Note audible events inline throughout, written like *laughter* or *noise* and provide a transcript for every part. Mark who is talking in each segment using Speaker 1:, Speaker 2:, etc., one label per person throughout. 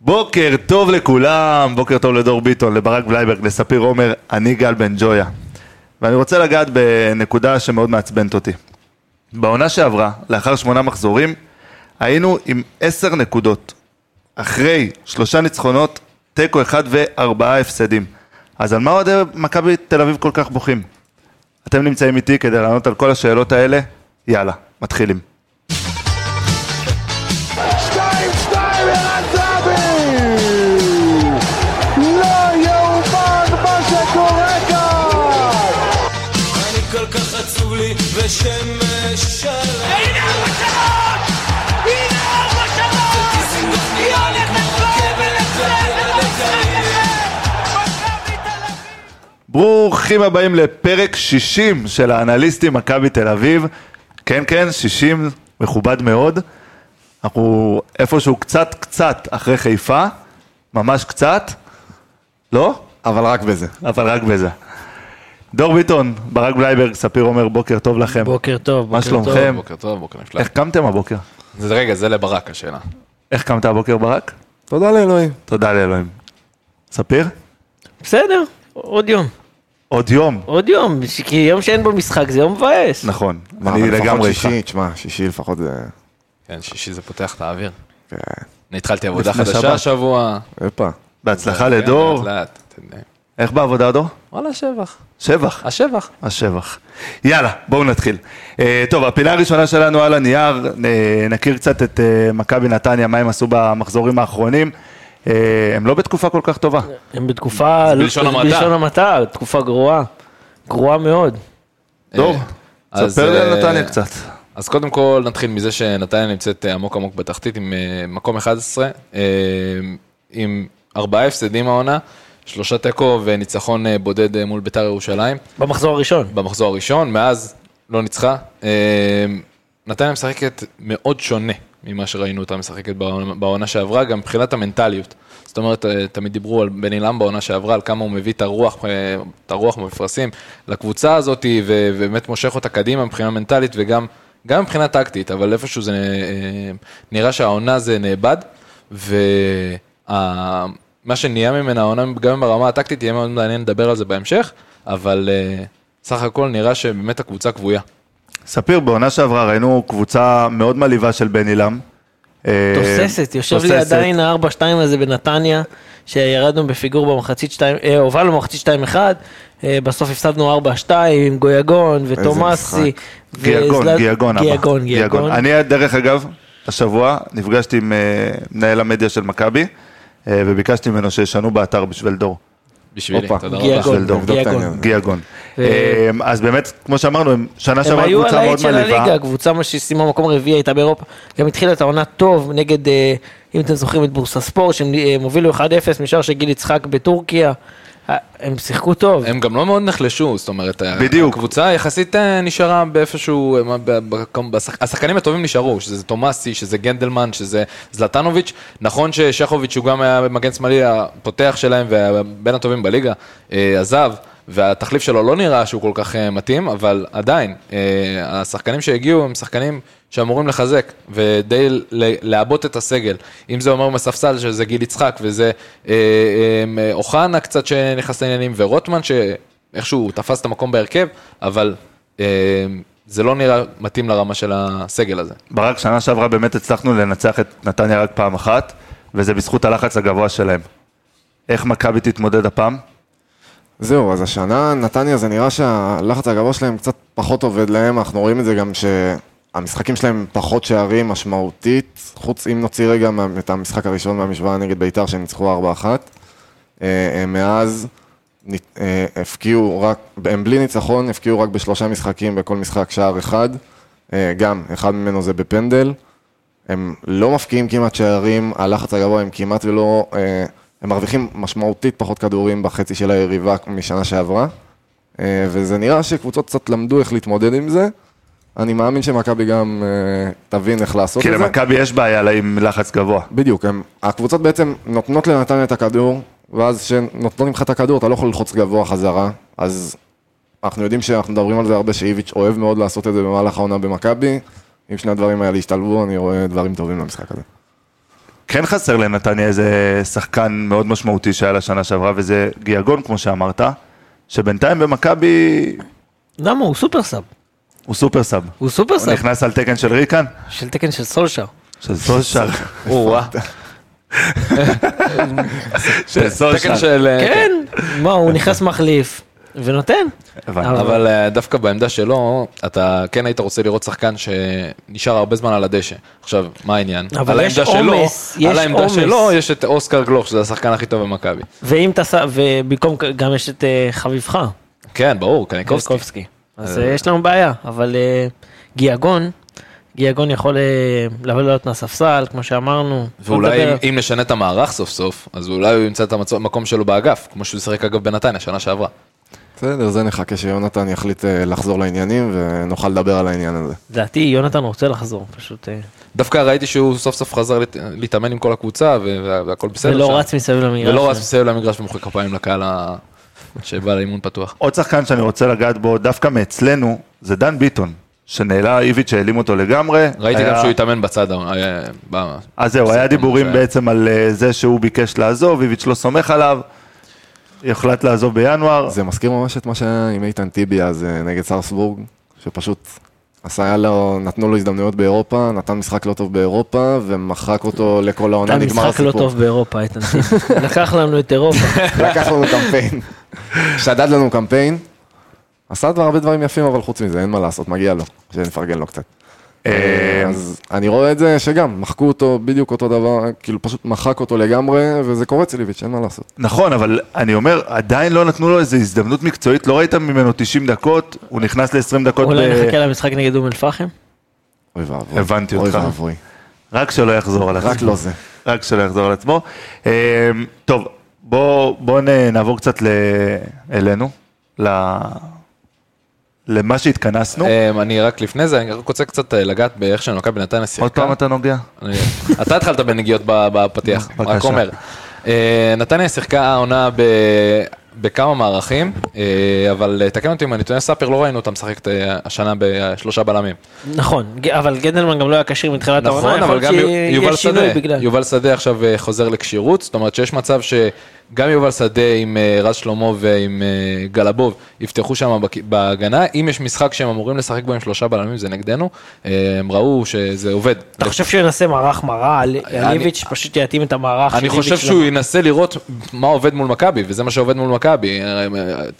Speaker 1: בוקר טוב לכולם, בוקר טוב לדור ביטון, לברק בלייברג, לספיר עומר, אני גל בן ג'ויה. ואני רוצה לגעת בנקודה שמאוד מעצבנת אותי. בעונה שעברה, לאחר שמונה מחזורים, היינו עם עשר נקודות. אחרי שלושה ניצחונות, תיקו אחד וארבעה הפסדים. אז על מה אוהדי מכבי תל אביב כל כך בוכים? אתם נמצאים איתי כדי לענות על כל השאלות האלה, יאללה, מתחילים.
Speaker 2: שתיים, שתיים, ערן זהבי! לא יאומן מה שקורה כאן!
Speaker 3: אני כל כך עצוב לי ושמש עליי
Speaker 4: הנה ארבע שלוש! הנה ארבע שלוש! היא הולכת לצלם ולצלם במשחק הזה! מכבי תל אביב!
Speaker 1: ברוכים הבאים לפרק 60 של האנליסטים מכבי תל אביב. כן, כן, 60, מכובד מאוד. אנחנו איפשהו קצת קצת אחרי חיפה, ממש קצת, לא?
Speaker 5: אבל רק בזה.
Speaker 1: אבל רק בזה. דור ביטון, ברק בלייברג, ספיר עומר, בוקר טוב לכם.
Speaker 6: בוקר טוב,
Speaker 1: מה
Speaker 6: בוקר טוב.
Speaker 1: שלומכם?
Speaker 7: בוקר טוב, בוקר נפלא.
Speaker 1: איך קמתם הבוקר?
Speaker 7: זה רגע, זה לברק השאלה.
Speaker 1: איך קמת הבוקר ברק?
Speaker 5: תודה לאלוהים.
Speaker 1: תודה לאלוהים. ספיר?
Speaker 6: בסדר, עוד יום.
Speaker 1: עוד יום.
Speaker 6: עוד יום, ש- כי יום שאין בו משחק זה יום מבאס.
Speaker 1: נכון,
Speaker 5: מה,
Speaker 1: אני
Speaker 5: אבל לפחות
Speaker 1: לגמרי איתך.
Speaker 5: שישי, תשמע, שישי לפחות זה...
Speaker 7: כן, שישי זה פותח את האוויר.
Speaker 5: כן.
Speaker 7: אני התחלתי עבודה
Speaker 1: לפני
Speaker 7: חדשה
Speaker 1: שבת.
Speaker 7: השבוע.
Speaker 5: הופה.
Speaker 1: בהצלחה
Speaker 7: כן,
Speaker 1: לדור.
Speaker 7: לאט, לאט, אתה יודע.
Speaker 1: איך בעבודה דור?
Speaker 7: וואלה, שבח.
Speaker 1: שבח.
Speaker 7: השבח.
Speaker 1: השבח. יאללה, בואו נתחיל. Uh, טוב, הפינה הראשונה שלנו על הנייר, uh, נכיר קצת את uh, מכבי נתניה, מה הם עשו במחזורים האחרונים. Uh, הם לא בתקופה כל כך
Speaker 7: אה,
Speaker 1: טובה.
Speaker 6: הם בתקופה,
Speaker 7: בלשון
Speaker 6: לא-
Speaker 7: המעטה.
Speaker 6: בלשון המעטה, תקופה גרועה. גרועה מאוד.
Speaker 1: דור,
Speaker 7: אז,
Speaker 1: ספר לי על
Speaker 7: אה,
Speaker 1: נתניה קצת.
Speaker 7: אז קודם כל נתחיל מזה שנתניה נמצאת אה, עמוק עמוק בתחתית עם אה, מקום 11, אה, עם ארבעה הפסדים העונה, שלושה תיקו וניצחון אה, בודד אה, מול ביתר ירושלים.
Speaker 6: במחזור
Speaker 1: אה,
Speaker 6: הראשון.
Speaker 7: במחזור הראשון, מאז לא ניצחה. אה, נתניה משחקת מאוד שונה ממה שראינו אותה משחקת בעונה- בעונה שעברה, גם מבחינת המנטליות. זאת אומרת, אה, תמיד דיברו על בני לם בעונה שעברה, על כמה הוא מביא את הרוח, אה, את הרוח במפרשים לקבוצה הזאת, ו- ובאמת מושך אותה קדימה מבחינה מנטלית וגם גם מבחינה טקטית, אבל איפשהו זה אה, נראה שהעונה זה נאבד, ומה שנהיה ממנה העונה, גם ברמה הטקטית, יהיה מאוד מעניין לדבר על זה בהמשך, אבל אה, סך הכל נראה שבאמת הקבוצה כבויה.
Speaker 1: ספיר, בעונה שעברה ראינו קבוצה מאוד מלאיבה של בן עילם. אה,
Speaker 6: תוססת, יושב לי
Speaker 1: תוססת.
Speaker 6: עדיין ה-4-2 הזה בנתניה, שירדנו בפיגור במחצית 2, אה, הובלנו במחצית 2-1, אה, בסוף הפסדנו 4-2 עם גויגון ותומאסי.
Speaker 1: גיאגון,
Speaker 6: וזלט-
Speaker 1: גיאגון הבא.
Speaker 6: גיאגון, גיאגון.
Speaker 1: אני, דרך אגב, השבוע נפגשתי עם אה, מנהל המדיה של מכבי, אה, וביקשתי ממנו שישנו באתר בשביל דור.
Speaker 7: בשבילי,
Speaker 5: הופה.
Speaker 7: תודה
Speaker 6: גיאגון.
Speaker 7: רבה.
Speaker 1: של דור.
Speaker 5: נבדוק את העניין הזה.
Speaker 1: גיאגון.
Speaker 6: ו-
Speaker 1: אמ, אז באמת, כמו שאמרנו, הם שנה
Speaker 6: הם
Speaker 1: שעברה
Speaker 6: היו
Speaker 1: קבוצה
Speaker 6: הלהיט
Speaker 1: מאוד
Speaker 6: של הליגה,
Speaker 1: מלאיבה.
Speaker 6: הקבוצה מה שסיימה מקום רביעי הייתה באירופה. גם התחילה את העונה טוב נגד, אה, אם אתם זוכרים את בורסה ספורט, שהם אה, הם הובילו 1-0 משער של גיל יצחק בטורקיה. אה, הם שיחקו טוב.
Speaker 7: הם גם לא מאוד נחלשו, זאת אומרת, ה-
Speaker 1: בדיוק.
Speaker 7: הקבוצה יחסית אה, נשארה באיפשהו, אה, מה, ב- ב- בשח- השחקנים הטובים נשארו, שזה תומאסי, שזה גנדלמן, שזה זלטנוביץ', נכון ששכוביץ' הוא גם היה מגן שמאלי הפותח שלהם ובין הטובים בליגה, אה, עזב. והתחליף שלו לא נראה שהוא כל כך אה, מתאים, אבל עדיין, אה, השחקנים שהגיעו הם שחקנים שאמורים לחזק ודי ל- לעבות את הסגל. אם זה אומר מספסל שזה גיל יצחק וזה אה, אה, אוחנה קצת שנכנס לעניינים ורוטמן שאיכשהו הוא תפס את המקום בהרכב, אבל אה, זה לא נראה מתאים לרמה של הסגל הזה.
Speaker 1: ברק, שנה שעברה באמת הצלחנו לנצח את נתניה רק פעם אחת, וזה בזכות הלחץ הגבוה שלהם. איך מכבי תתמודד הפעם?
Speaker 6: אוקיי,
Speaker 5: זהו, אז השנה נתניה זה נראה שהלחץ הגבוה שלהם קצת פחות עובד להם, אנחנו רואים את זה גם שהמשחקים שלהם פחות שערים משמעותית, חוץ אם נוציא רגע מה- את המשחק הראשון מהמשוואה נגד ביתר שניצחו 4-1. אה, אה, מאז נ- אה, הפקיעו רק, הם בלי ניצחון, הפקיעו רק בשלושה משחקים בכל משחק שער אחד, אה, גם אחד ממנו זה בפנדל. הם לא מפקיעים כמעט שערים, הלחץ הגבוה הם כמעט ולא, אה, הם מרוויחים משמעותית פחות כדורים בחצי של היריבה משנה שעברה, אה, וזה נראה שקבוצות קצת למדו איך להתמודד עם זה. אני מאמין שמכבי גם אה, תבין איך לעשות
Speaker 1: כי
Speaker 5: את זה.
Speaker 1: למכבי יש בעיה לה- עם לחץ גבוה.
Speaker 5: בדיוק, הם, הקבוצות בעצם נותנות לנתניה את הכדור, ואז כשנותנים לך את הכדור, אתה לא יכול ללחוץ גבוה חזרה, אז אנחנו יודעים שאנחנו מדברים על זה הרבה, שאיביץ' אוהב מאוד לעשות את זה במהלך העונה במכבי, אם שני הדברים האלה ישתלבו, אני רואה דברים טובים למשחק הזה.
Speaker 1: כן חסר לנתניה איזה שחקן מאוד משמעותי שהיה לה שנה שעברה, וזה גיאגון, כמו שאמרת, שבינתיים במכבי
Speaker 6: למה? הוא סופר סאב.
Speaker 1: הוא סופר סאב.
Speaker 6: הוא סופר
Speaker 1: הוא
Speaker 6: סאב.
Speaker 1: נכנס כן, על תקן של ריקן,
Speaker 6: של תקן של סולשר.
Speaker 1: של סושר.
Speaker 7: או-אה.
Speaker 1: *laughs*
Speaker 6: אה.
Speaker 1: של
Speaker 7: תקן
Speaker 1: סושר.
Speaker 7: של... אה,
Speaker 6: כן. מה, הוא נכנס מחליף ונותן.
Speaker 1: הבנתי.
Speaker 6: אבל-
Speaker 7: אבל אה, דווקא בעמדה שלו, אתה כן היית רוצה לראות שחקן שנשאר הרבה זמן על הדשא. עכשיו, מה העניין?
Speaker 6: אבל
Speaker 7: על
Speaker 6: יש
Speaker 7: העמדה שלו-
Speaker 6: עומס, יש
Speaker 7: על העמדה
Speaker 6: עומס.
Speaker 7: שלו יש את אוסקר גלוך, שזה השחקן הכי טוב במכבי.
Speaker 6: ואם אתה שם, ובמקום, גם יש את אה, חביבך,
Speaker 7: כן, ברור, קניקובסקי.
Speaker 6: קולקובסקי. אז אה, יש לנו בעיה, אבל אה, גיאגון, גיאגון יכול אה, לבוא לעלות מהספסל, כמו שאמרנו.
Speaker 7: ואולי
Speaker 6: לא
Speaker 7: אם,
Speaker 6: מדבר.
Speaker 7: אם נשנה את המערך סוף סוף, אז אולי הוא ימצא את המצו- המקום שלו באגף, כמו שהוא שיחק אגב בנתניה שנה שעברה.
Speaker 5: בסדר, זה נחכה שיונתן יחליט אה, לחזור לעניינים ונוכל לדבר על העניין הזה.
Speaker 6: לדעתי יונתן רוצה לחזור, פשוט. אה,
Speaker 7: דווקא ראיתי שהוא סוף סוף חזר לת- להתאמן עם כל הקבוצה ו- וה- והכל בסדר שם.
Speaker 6: ולא רץ מסביב למגרש. כן.
Speaker 7: ולא רץ מסביב למגרש ומוחא כפיים לקהל ה- שבא לאימון פתוח.
Speaker 1: עוד שחקן שאני רוצה לגעת בו, דווקא מאצלנו, זה דן ביטון, שנעלה איביץ' שהעלים אותו לגמרי.
Speaker 7: ראיתי
Speaker 1: היה-
Speaker 7: גם שהוא התאמן בצד, ה- אה, ב-
Speaker 1: אז זהו, היה
Speaker 7: בסדר,
Speaker 1: דיבורים
Speaker 7: זה-
Speaker 1: בעצם על אה, זה שהוא ביקש לעזוב, איביץ' לא סומך עליו, יוחלט לעזוב בינואר.
Speaker 5: זה מזכיר ממש את מה שהיה עם איתן טיבי אז אה, נגד סרסבורג, שפשוט עשה לו, נתנו לו הזדמנויות באירופה, נתן משחק לא טוב באירופה, ומחק אותו לכל העונה,
Speaker 6: נתן
Speaker 5: נגמר
Speaker 6: משחק
Speaker 5: הסיפור.
Speaker 6: לא טוב באירופה, איתן.
Speaker 7: *laughs*
Speaker 6: טיבי. לקח לנו את אירופה.
Speaker 5: לקח לנו קמפיין, שדד לנו קמפיין. עשה דבר, הרבה דברים יפים, אבל חוץ מזה, אין מה לעשות, מגיע לו, שנפרגן לו קצת.
Speaker 1: אה,
Speaker 5: אז אני רואה את זה שגם, מחקו אותו בדיוק אותו דבר, כאילו פשוט מחק אותו לגמרי, וזה קורה אצל איביץ', אין מה לעשות.
Speaker 1: נכון, אבל אני אומר, עדיין לא נתנו לו איזו הזדמנות מקצועית, לא ראית ממנו 90 דקות, הוא נכנס ל-20 דקות,
Speaker 6: אולי
Speaker 1: ב-
Speaker 6: נחכה למשחק נגד אום אל-פחם?
Speaker 5: אוי ואבוי.
Speaker 1: הבנתי אותך.
Speaker 5: אוי ואבוי.
Speaker 1: רק שלא יחזור על עצמו.
Speaker 5: רק לא זה.
Speaker 1: רק שלא יחזור על עצמו. אה, טוב, בואו נעבור קצת ל- אלינו, ל- למה שהתכנסנו.
Speaker 6: אה,
Speaker 7: אמ, אני רק לפני זה, אני רק רוצה קצת אה, לגעת באיך שמכבי נתניה שיחקה.
Speaker 1: עוד פעם אתה נוגע?
Speaker 7: אני- אתה התחלת בנגיעות ב- בפתיח,
Speaker 1: *laughs* בבקשה.
Speaker 7: רק אומר. אה, נתניה שיחקה העונה ב... בכמה מערכים, אה, אבל אה, תקן אותי אם אני טועה, סאפר לא ראינו אותה משחקת אה, השנה בשלושה בלמים.
Speaker 6: נכון, ג- אבל גדלמן גם לא היה כשיר מתחילת העונה.
Speaker 7: נכון,
Speaker 6: יכול
Speaker 7: אבל
Speaker 6: להיות
Speaker 7: גם
Speaker 6: שיהיה
Speaker 7: יובל
Speaker 6: שינוי
Speaker 7: שדה,
Speaker 6: בגלל.
Speaker 7: יובל שדה עכשיו אה, חוזר לכשירות, זאת אומרת שיש מצב שגם יובל שדה עם אה, רז שלמה ועם אה, גלבוב יפתחו שם בק- בהגנה, אם יש משחק שהם אמורים לשחק בו עם שלושה בלמים זה נגדנו, אה, הם ראו שזה עובד.
Speaker 6: אתה חושב שהוא ינסה מערך מרה, על- על איביץ' פשוט יתאים את המערך של
Speaker 7: אני
Speaker 6: איביץ'
Speaker 7: חושב שהוא
Speaker 6: למ-
Speaker 7: ינסה לראות מה עובד מול מכבי, וזה מה שעובד מול מכבי. אה, אה,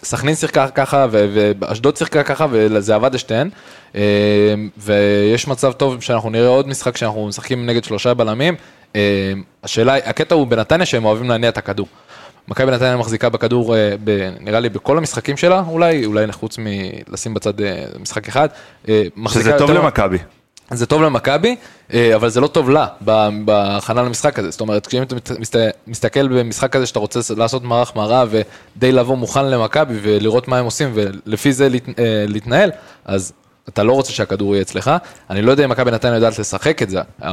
Speaker 7: סכנין שיחקה ככה, ו- ואשדוד שיחקה ככה, וזה עבד לשתיהן. אה, ויש מצב טוב שאנחנו נראה עוד משחק שאנחנו משחקים נגד שלושה בלמים. אה, השאלה, היא- הקטע הוא בנתניה שהם אוהבים להניע את הכדור. מכבי נתניה מחזיקה בכדור, אה, ב- נראה לי בכל המשחקים שלה, אולי, אולי חוץ מלשים בצד אה, משחק אחד. אה, מחזיקה
Speaker 1: שזה טוב
Speaker 7: יותר-
Speaker 1: למכבי. נכון,
Speaker 7: זה טוב למכבי, אה, אבל זה לא טוב לה ב- בהכנה למשחק הזה. זאת אומרת, כשאם אתה מת- מסת- מסתכל במשחק הזה שאתה רוצה ס- לעשות מערך מרה ודי לבוא מוכן למכבי ולראות מה הם עושים ולפי זה להת- אה, להתנהל, אז אתה לא רוצה שהכדור יהיה אצלך. אני לא יודע אם מכבי נתניה יודעת לשחק את זה, אה,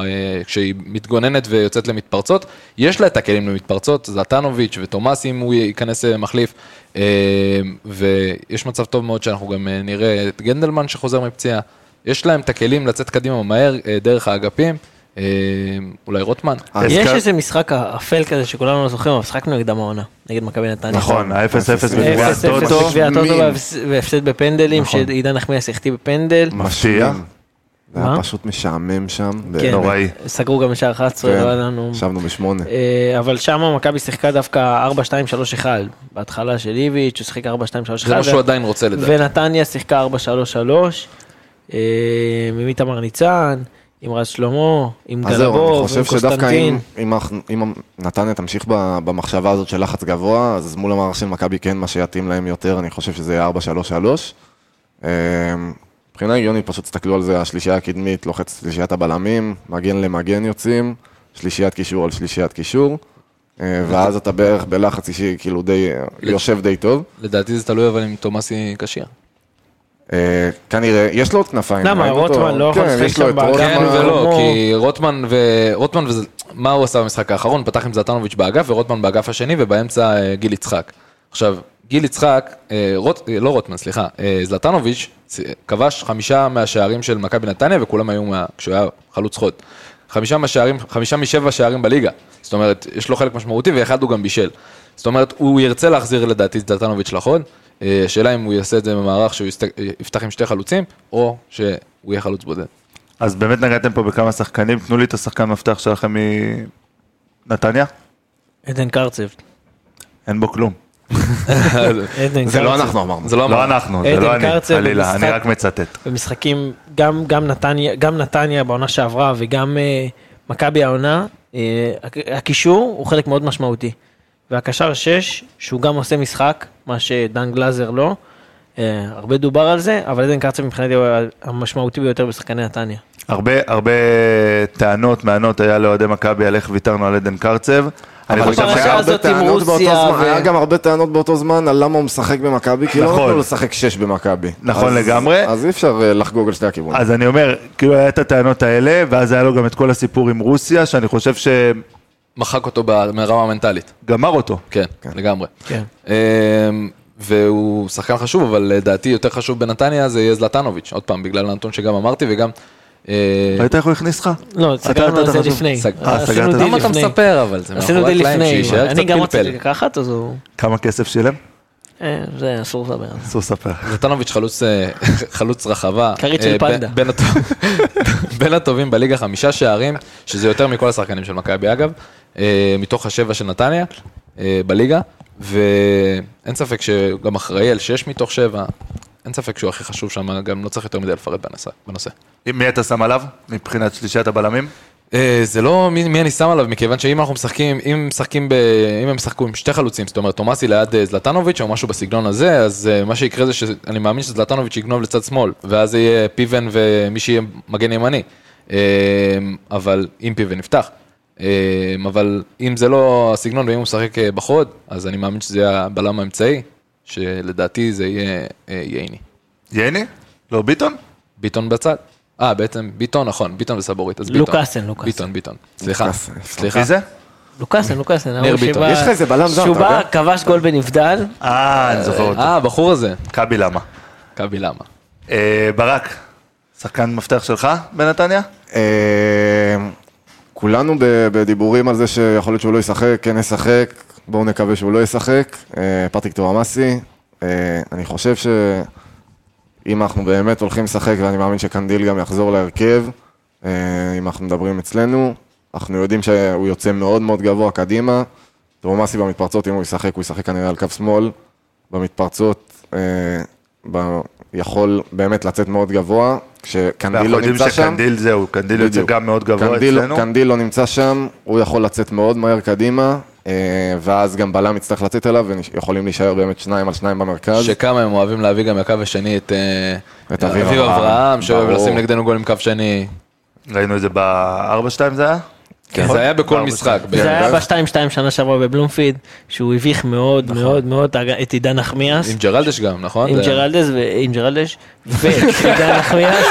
Speaker 7: כשהיא מתגוננת ויוצאת למתפרצות. יש לה את הכלים למתפרצות, זלטנוביץ' ותומאס אם הוא ייכנס אה, מחליף. אה, ויש מצב טוב מאוד שאנחנו גם אה, נראה את גנדלמן שחוזר מפציעה. יש להם את הכלים לצאת קדימה מהר אה, דרך האגפים, אה, אולי רוטמן.
Speaker 6: יש
Speaker 1: הזכר-
Speaker 6: איזה משחק אפל כזה שכולנו לא זוכרים, אבל משחקנו נגדם העונה, נגד מכבי נתניה.
Speaker 1: נכון, ה-0-0 בגביע
Speaker 6: 0-0
Speaker 1: הטוטו,
Speaker 6: בגביע הטוטו
Speaker 5: מין. נכון.
Speaker 6: והפס- והפסד בפנדלים, שעידן נחמיאס החטיא בפנדל.
Speaker 1: מפתיע,
Speaker 5: זה היה
Speaker 6: מה?
Speaker 5: פשוט משעמם שם.
Speaker 6: כן.
Speaker 5: באמת.
Speaker 1: נוראי.
Speaker 6: סגרו גם בשער 11,
Speaker 5: כן.
Speaker 6: לא היה לנו...
Speaker 5: ישבנו בשמונה.
Speaker 6: אה, אבל שם מכבי שיחקה דווקא 4-2-3-1, בהתחלה של איביץ', הוא שיחק 4-2-3-1.
Speaker 7: זה מה שהוא עדיין רוצה לדעת.
Speaker 6: ונתניה שיחקה 4-3-3, אה, עם איתמר ניצן, עם רז שלמה, עם
Speaker 5: אז זהו, אני
Speaker 6: גלבוב, עם
Speaker 5: חושב שדווקא אם-
Speaker 6: קוסטנטין.
Speaker 5: אם אנחנו- אם נתניה תמשיך ב- במחשבה הזאת של לחץ גבוה, אז מול המערך של מכבי כן, מה שיתאים להם יותר, אני חושב שזה יהיה 4-3-3. אה, מבחינה הגיונית, פשוט תסתכלו על זה, השלישייה הקדמית לוחץ שלישיית הבלמים, מגן למגן יוצאים, שלישיית קישור על שלישיית קישור, אה, ואז אתה בערך בלחץ אישי, כאילו די, יושב די טוב.
Speaker 7: לדעתי זה תלוי אבל אם תומאסי כשיר.
Speaker 5: אה, כנראה, יש לו עוד כנפיים.
Speaker 6: למה,
Speaker 5: ראינו אותו-
Speaker 6: רוטמן לא יכול
Speaker 5: כן,
Speaker 6: לשחק
Speaker 5: יש לו
Speaker 6: שם
Speaker 5: את
Speaker 6: באגף?
Speaker 5: רוטמן.
Speaker 7: כן
Speaker 6: למה-
Speaker 7: ולא,
Speaker 6: למה-
Speaker 7: כי רוטמן ו... רוטמן וזה... מה הוא עשה במשחק האחרון? פתח עם זלטנוביץ' באגף ורוטמן באגף השני ובאמצע אה, גיל יצחק. עכשיו, גיל יצחק, אה, רוט... אה, לא רוטמן, סליחה, אה, זלטנוביץ' ס- כבש חמישה מהשערים של מכבי נתניה וכולם היו מה... כשהוא היה חלוץ חוד. חמישה, משערים, חמישה משבע שערים בליגה. זאת אומרת, יש לו חלק משמעותי ואחד הוא גם בישל. זאת אומרת, הוא ירצה להחזיר לדעתי את זלטנוביץ' לחוד. אה, השאלה אם הוא יעשה את זה במערך שהוא יסת- אה, יפתח עם שתי חלוצים, או שהוא יהיה חלוץ בודד.
Speaker 1: אז באמת נגעתם פה בכמה שחקנים, תנו לי את השחקן מפתח שלכם מנתניה,
Speaker 6: עדן קרצב.
Speaker 1: אין בו כלום.
Speaker 6: עדן
Speaker 5: זה לא
Speaker 6: קרצב.
Speaker 5: אנחנו אמרנו.
Speaker 7: זה לא אמר.
Speaker 1: לא אנחנו, זה
Speaker 6: עדן
Speaker 1: לא אני,
Speaker 6: קרצב
Speaker 1: חלילה,
Speaker 6: במשחק-
Speaker 1: אני רק מצטט.
Speaker 6: במשחקים, גם, גם, נתניה, גם נתניה בעונה שעברה וגם אה, מכבי העונה, אה, הק- הקישור הוא חלק מאוד משמעותי. והקשר 6, שהוא גם עושה משחק, מה שדן גלאזר לא, אה, הרבה דובר על זה, אבל עדן קרצב מבחינתי הוא המשמעותי ביותר בשחקני נתניה.
Speaker 1: הרבה, הרבה טענות, מענות היה לאוהדי מכבי על איך ויתרנו על עדן קרצב. אני
Speaker 5: אבל
Speaker 1: חושב
Speaker 5: גם
Speaker 6: הפרשה
Speaker 5: היה
Speaker 1: שהיה...
Speaker 5: הרבה
Speaker 6: הזאת עם
Speaker 5: טענות באותו
Speaker 6: רוסיה
Speaker 5: זמן,
Speaker 6: ו-
Speaker 5: היה גם הרבה טענות באותו זמן על למה הוא משחק במכבי, כי לא
Speaker 1: נכון.
Speaker 5: נתנו לו לשחק שש במכבי.
Speaker 1: נכון
Speaker 5: אז-
Speaker 1: לגמרי.
Speaker 5: אז אי אפשר אה, לחגוג על שתי הכיוונים.
Speaker 1: אז אני אומר, כאילו היה את הטענות האלה, ואז היה לו גם את כל הסיפור עם רוסיה, שאני חושב שגמר
Speaker 7: מחק אותו ב- מהרמה המנטלית.
Speaker 1: אותו.
Speaker 7: כן, לגמרי.
Speaker 6: כן.
Speaker 7: אמ, והוא שחקן חשוב, אבל לדעתי יותר חשוב בנתניה זה יהיה זלטנוביץ', עוד פעם, בגלל הנתון שגם אמרתי וגם... אה,
Speaker 1: ראית איך הוא הכניס לך?
Speaker 6: לא, סגרנו על
Speaker 1: אתה
Speaker 6: זה
Speaker 1: חשוב.
Speaker 6: לפני.
Speaker 7: סג-
Speaker 1: אה,
Speaker 6: עשינו
Speaker 1: סגרת?
Speaker 6: דיל
Speaker 7: למה אתה
Speaker 6: לפני.
Speaker 7: מספר אבל? זה
Speaker 6: עשינו
Speaker 7: מאחורי
Speaker 6: די
Speaker 7: הקלעים,
Speaker 6: לפני,
Speaker 7: שיישאר
Speaker 6: אני
Speaker 7: קצת
Speaker 6: גם רציתי
Speaker 7: פלפל.
Speaker 6: לקחת, אז הוא...
Speaker 1: כמה כסף שילם?
Speaker 6: אה, זה אסור לדבר על זה.
Speaker 1: אסור לספר.
Speaker 7: זלטנוביץ' חלוץ, אה, *laughs* חלוץ רחבה.
Speaker 6: כרית של
Speaker 7: אה, ב-
Speaker 6: פנדה.
Speaker 7: בין הטוב- *laughs* בין הטובים בליגה חמישה שערים, שזה יותר מכל השחקנים של מכבי אגב, אה, מתוך השבע של נתניה אה, בליגה, ואין ספק שהוא גם אחראי על שש מתוך שבע. אין ספק שהוא הכי חשוב שם, גם לא צריך יותר מדי לפרט בנושא- בנושא.
Speaker 1: מי אתה שם עליו? מבחינת שלישיית הבלמים?
Speaker 7: אה, זה לא מי, מי אני שם עליו, מכיוון שאם אנחנו משחקים, אם משחקים ב... אם הם ישחקו עם שתי חלוצים, זאת אומרת, תומאסי ליד אה, זלטנוביץ' או משהו בסגנון הזה, אז אה, מה שיקרה זה שאני מאמין שזלטנוביץ' יגנוב לצד שמאל, ואז זה יהיה פיבן ומי שיהיה מגן ימני. אה, אבל אם פיבן יפתח. אה, אבל אם זה לא הסגנון ואם הוא משחק אה, בחוד, אז אני מאמין שזה יהיה הבלם האמצעי, שלדעתי זה יהיה אה, ייני.
Speaker 1: ייני? לא, ביטון?
Speaker 7: ביטון בצד. אה, בעצם ביטון, נכון, ביטון וסבורית, אז ביטון.
Speaker 6: לוקאסן, לוקאסן.
Speaker 7: ביטון, ביטון. סליחה,
Speaker 5: לוקאסן, אוקיי.
Speaker 7: סליחה.
Speaker 1: מי זה?
Speaker 6: לוקאסן, לוקאסן. ההוא
Speaker 7: ביטון.
Speaker 6: שבא-
Speaker 5: יש לך איזה בלם זר,
Speaker 6: שהוא
Speaker 5: אתה
Speaker 6: בא,
Speaker 5: יודע?
Speaker 6: כבש גול בנבדל,
Speaker 1: אה, אני זוכר אותו.
Speaker 7: אה, הבחור הזה.
Speaker 1: קאבי למה?
Speaker 7: קאבי למה?
Speaker 1: אה, ברק, שחקן מפתח שלך בנתניה?
Speaker 5: אה, כולנו ב- בדיבורים על זה שיכול להיות שהוא לא ישחק, כן ישחק, בואו נקווה שהוא לא ישחק. אה, פטריק טורמאסי, אה, אני חושב שאם אנחנו באמת הולכים לשחק, ואני מאמין שקנדיל גם יחזור להרכב, אה, אם אנחנו מדברים אצלנו, אנחנו יודעים שהוא יוצא מאוד מאוד גבוה קדימה. טורמאסי במתפרצות, אם הוא ישחק, הוא ישחק כנראה על קו שמאל. במתפרצות, אה, ב- יכול באמת לצאת מאוד גבוה, כשקנדיל
Speaker 1: ואנחנו
Speaker 5: לא
Speaker 1: יודעים
Speaker 5: נמצא שם.
Speaker 1: שקנדיל זהו, קנדיל יוצא
Speaker 5: בדיוק.
Speaker 1: גם מאוד גבוה
Speaker 5: קנדיל-
Speaker 1: אצלנו.
Speaker 5: קנדיל לא נמצא שם, הוא יכול לצאת מאוד מהר קדימה, אה, ואז גם בלם יצטרך לצאת אליו, ויכולים להישאר באמת שניים על שניים במרכז.
Speaker 7: שכמה הם אוהבים להביא גם לקו השני את אה,
Speaker 5: את אביב
Speaker 7: אביב
Speaker 5: אברהם.
Speaker 7: אברהם, שאוהב
Speaker 5: ברור.
Speaker 7: לשים נגדנו גול עם קו שני.
Speaker 1: ראינו את זה ב-4-2 זה היה?
Speaker 5: כן.
Speaker 7: זה היה בכל
Speaker 1: בארבע
Speaker 7: משחק.
Speaker 6: זה היה
Speaker 7: בערך.
Speaker 6: ב-2-2 שנה שעברה בבלומפיד, שהוא הביך מאוד מאוד מאוד את עידן נחמיאס.
Speaker 7: נכון. עם ג'רלדש גם, נכון?
Speaker 6: עם
Speaker 7: זה-
Speaker 6: ג'רלדס ועם ג'רלדש
Speaker 7: *laughs*
Speaker 6: ועידן נחמיאס.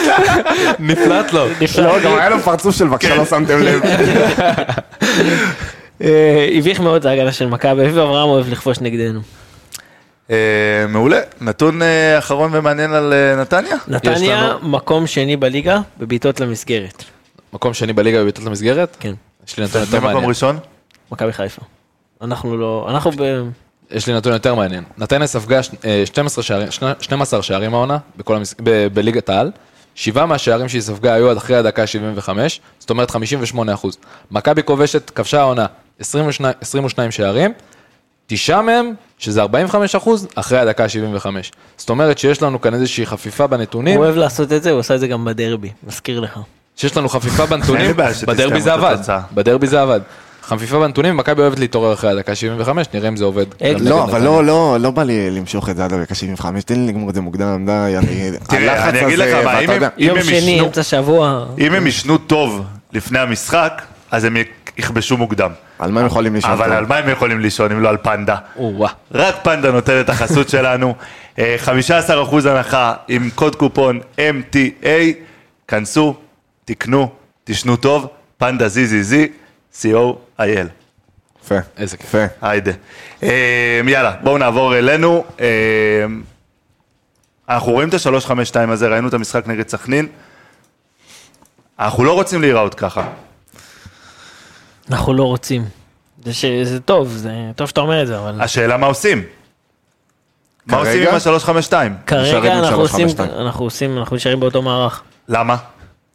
Speaker 7: נפלט לו.
Speaker 6: נפלא.
Speaker 7: *laughs*
Speaker 5: גם היה לו פרצוף של בבקשה, לא שמתם לב.
Speaker 6: אה, הביך מאוד את ההגנה של מכבי, אביב אברהם אוהב לכבוש נגדנו.
Speaker 1: אה, מעולה. נתון אה, אחרון ומעניין על אה, נתניה?
Speaker 6: נתניה, מקום שני בליגה, בבעיטות למסגרת.
Speaker 7: מקום שני בליגה בביתות למסגרת?
Speaker 6: כן,
Speaker 7: יש לי נתון יותר
Speaker 1: במקום
Speaker 7: מעניין.
Speaker 1: ראשון?
Speaker 6: מכבי חיפה. אנחנו לא, אנחנו ב...
Speaker 7: יש לי נתון יותר מעניין. נתניה ספגה ש- אה, 12 שערים- שני- 12 שערים העונה בכל המס- ב- בליגת העל. שבעה מהשערים שהיא ספגה היו עד אחרי הדקה 75, זאת אומרת 58%. מכבי כובשת, כבשה העונה 22 22 שערים, תשעה מהם, שזה 45 אחוז, אחרי הדקה 75. זאת אומרת שיש לנו כאן איזושהי חפיפה בנתונים,
Speaker 6: הוא אוהב לעשות את זה, הוא עשה את זה גם בדרבי, מזכיר לך.
Speaker 7: שיש לנו
Speaker 1: *laughs*
Speaker 7: חפיפה
Speaker 1: אין לי
Speaker 7: בנתונים,
Speaker 1: בעיה שתסתיים
Speaker 7: בדרבי זה
Speaker 1: אותה
Speaker 7: עבד,
Speaker 1: תוצאה.
Speaker 7: בדרבי זה עבד. חפיפה בנתונים, מכבי אוהבת להתעורר אחרי הדקה 75, נראה אם זה עובד.
Speaker 6: אה,
Speaker 7: גם נגד
Speaker 5: לא, אבל
Speaker 7: נתניה.
Speaker 5: לא, לא, לא בא לי למשוך את זה עד הדקה 75, תן לי לגמור את זה מוקדם, די, אני...
Speaker 1: תראה, אני אגיד לך מה, אם הם- אם
Speaker 6: יום
Speaker 1: הם
Speaker 6: שני,
Speaker 1: ישנו-
Speaker 6: אמצע שבוע,
Speaker 1: אם הם ישנו טוב לפני המשחק, אז הם יכבשו מוקדם.
Speaker 5: על מה הם יכולים לשאול?
Speaker 1: אבל על מה הם יכולים לישון אם לא על פנדה?
Speaker 7: או-אה.
Speaker 1: רק פנדה נותן את
Speaker 5: *laughs*
Speaker 1: החסות שלנו. אה, 15% הנחה עם קוד קופון MTA. כנסו, תקנו, תשנו טוב, פנדה ZZZ, co.il.
Speaker 5: יפה,
Speaker 7: איזה כיף.
Speaker 5: יפה.
Speaker 1: היידה. אה, יאללה, בואו נעבור אלינו. אה, אנחנו רואים את ה-352 הזה, ראינו את המשחק נגד סכנין. אנחנו לא רוצים להיראות ככה.
Speaker 6: אנחנו לא רוצים. זה, ש... זה טוב, זה טוב שאתה אומר את זה, אבל
Speaker 1: השאלה מה עושים? מה
Speaker 5: כרגע?
Speaker 1: עושים עם ה-352?
Speaker 5: נשארים
Speaker 6: כרגע
Speaker 5: עם
Speaker 6: אנחנו
Speaker 5: שלוש,
Speaker 6: עושים,
Speaker 5: חמש, שתיים.
Speaker 6: אנחנו עושים, אנחנו נשארים באותו מערך.
Speaker 1: למה?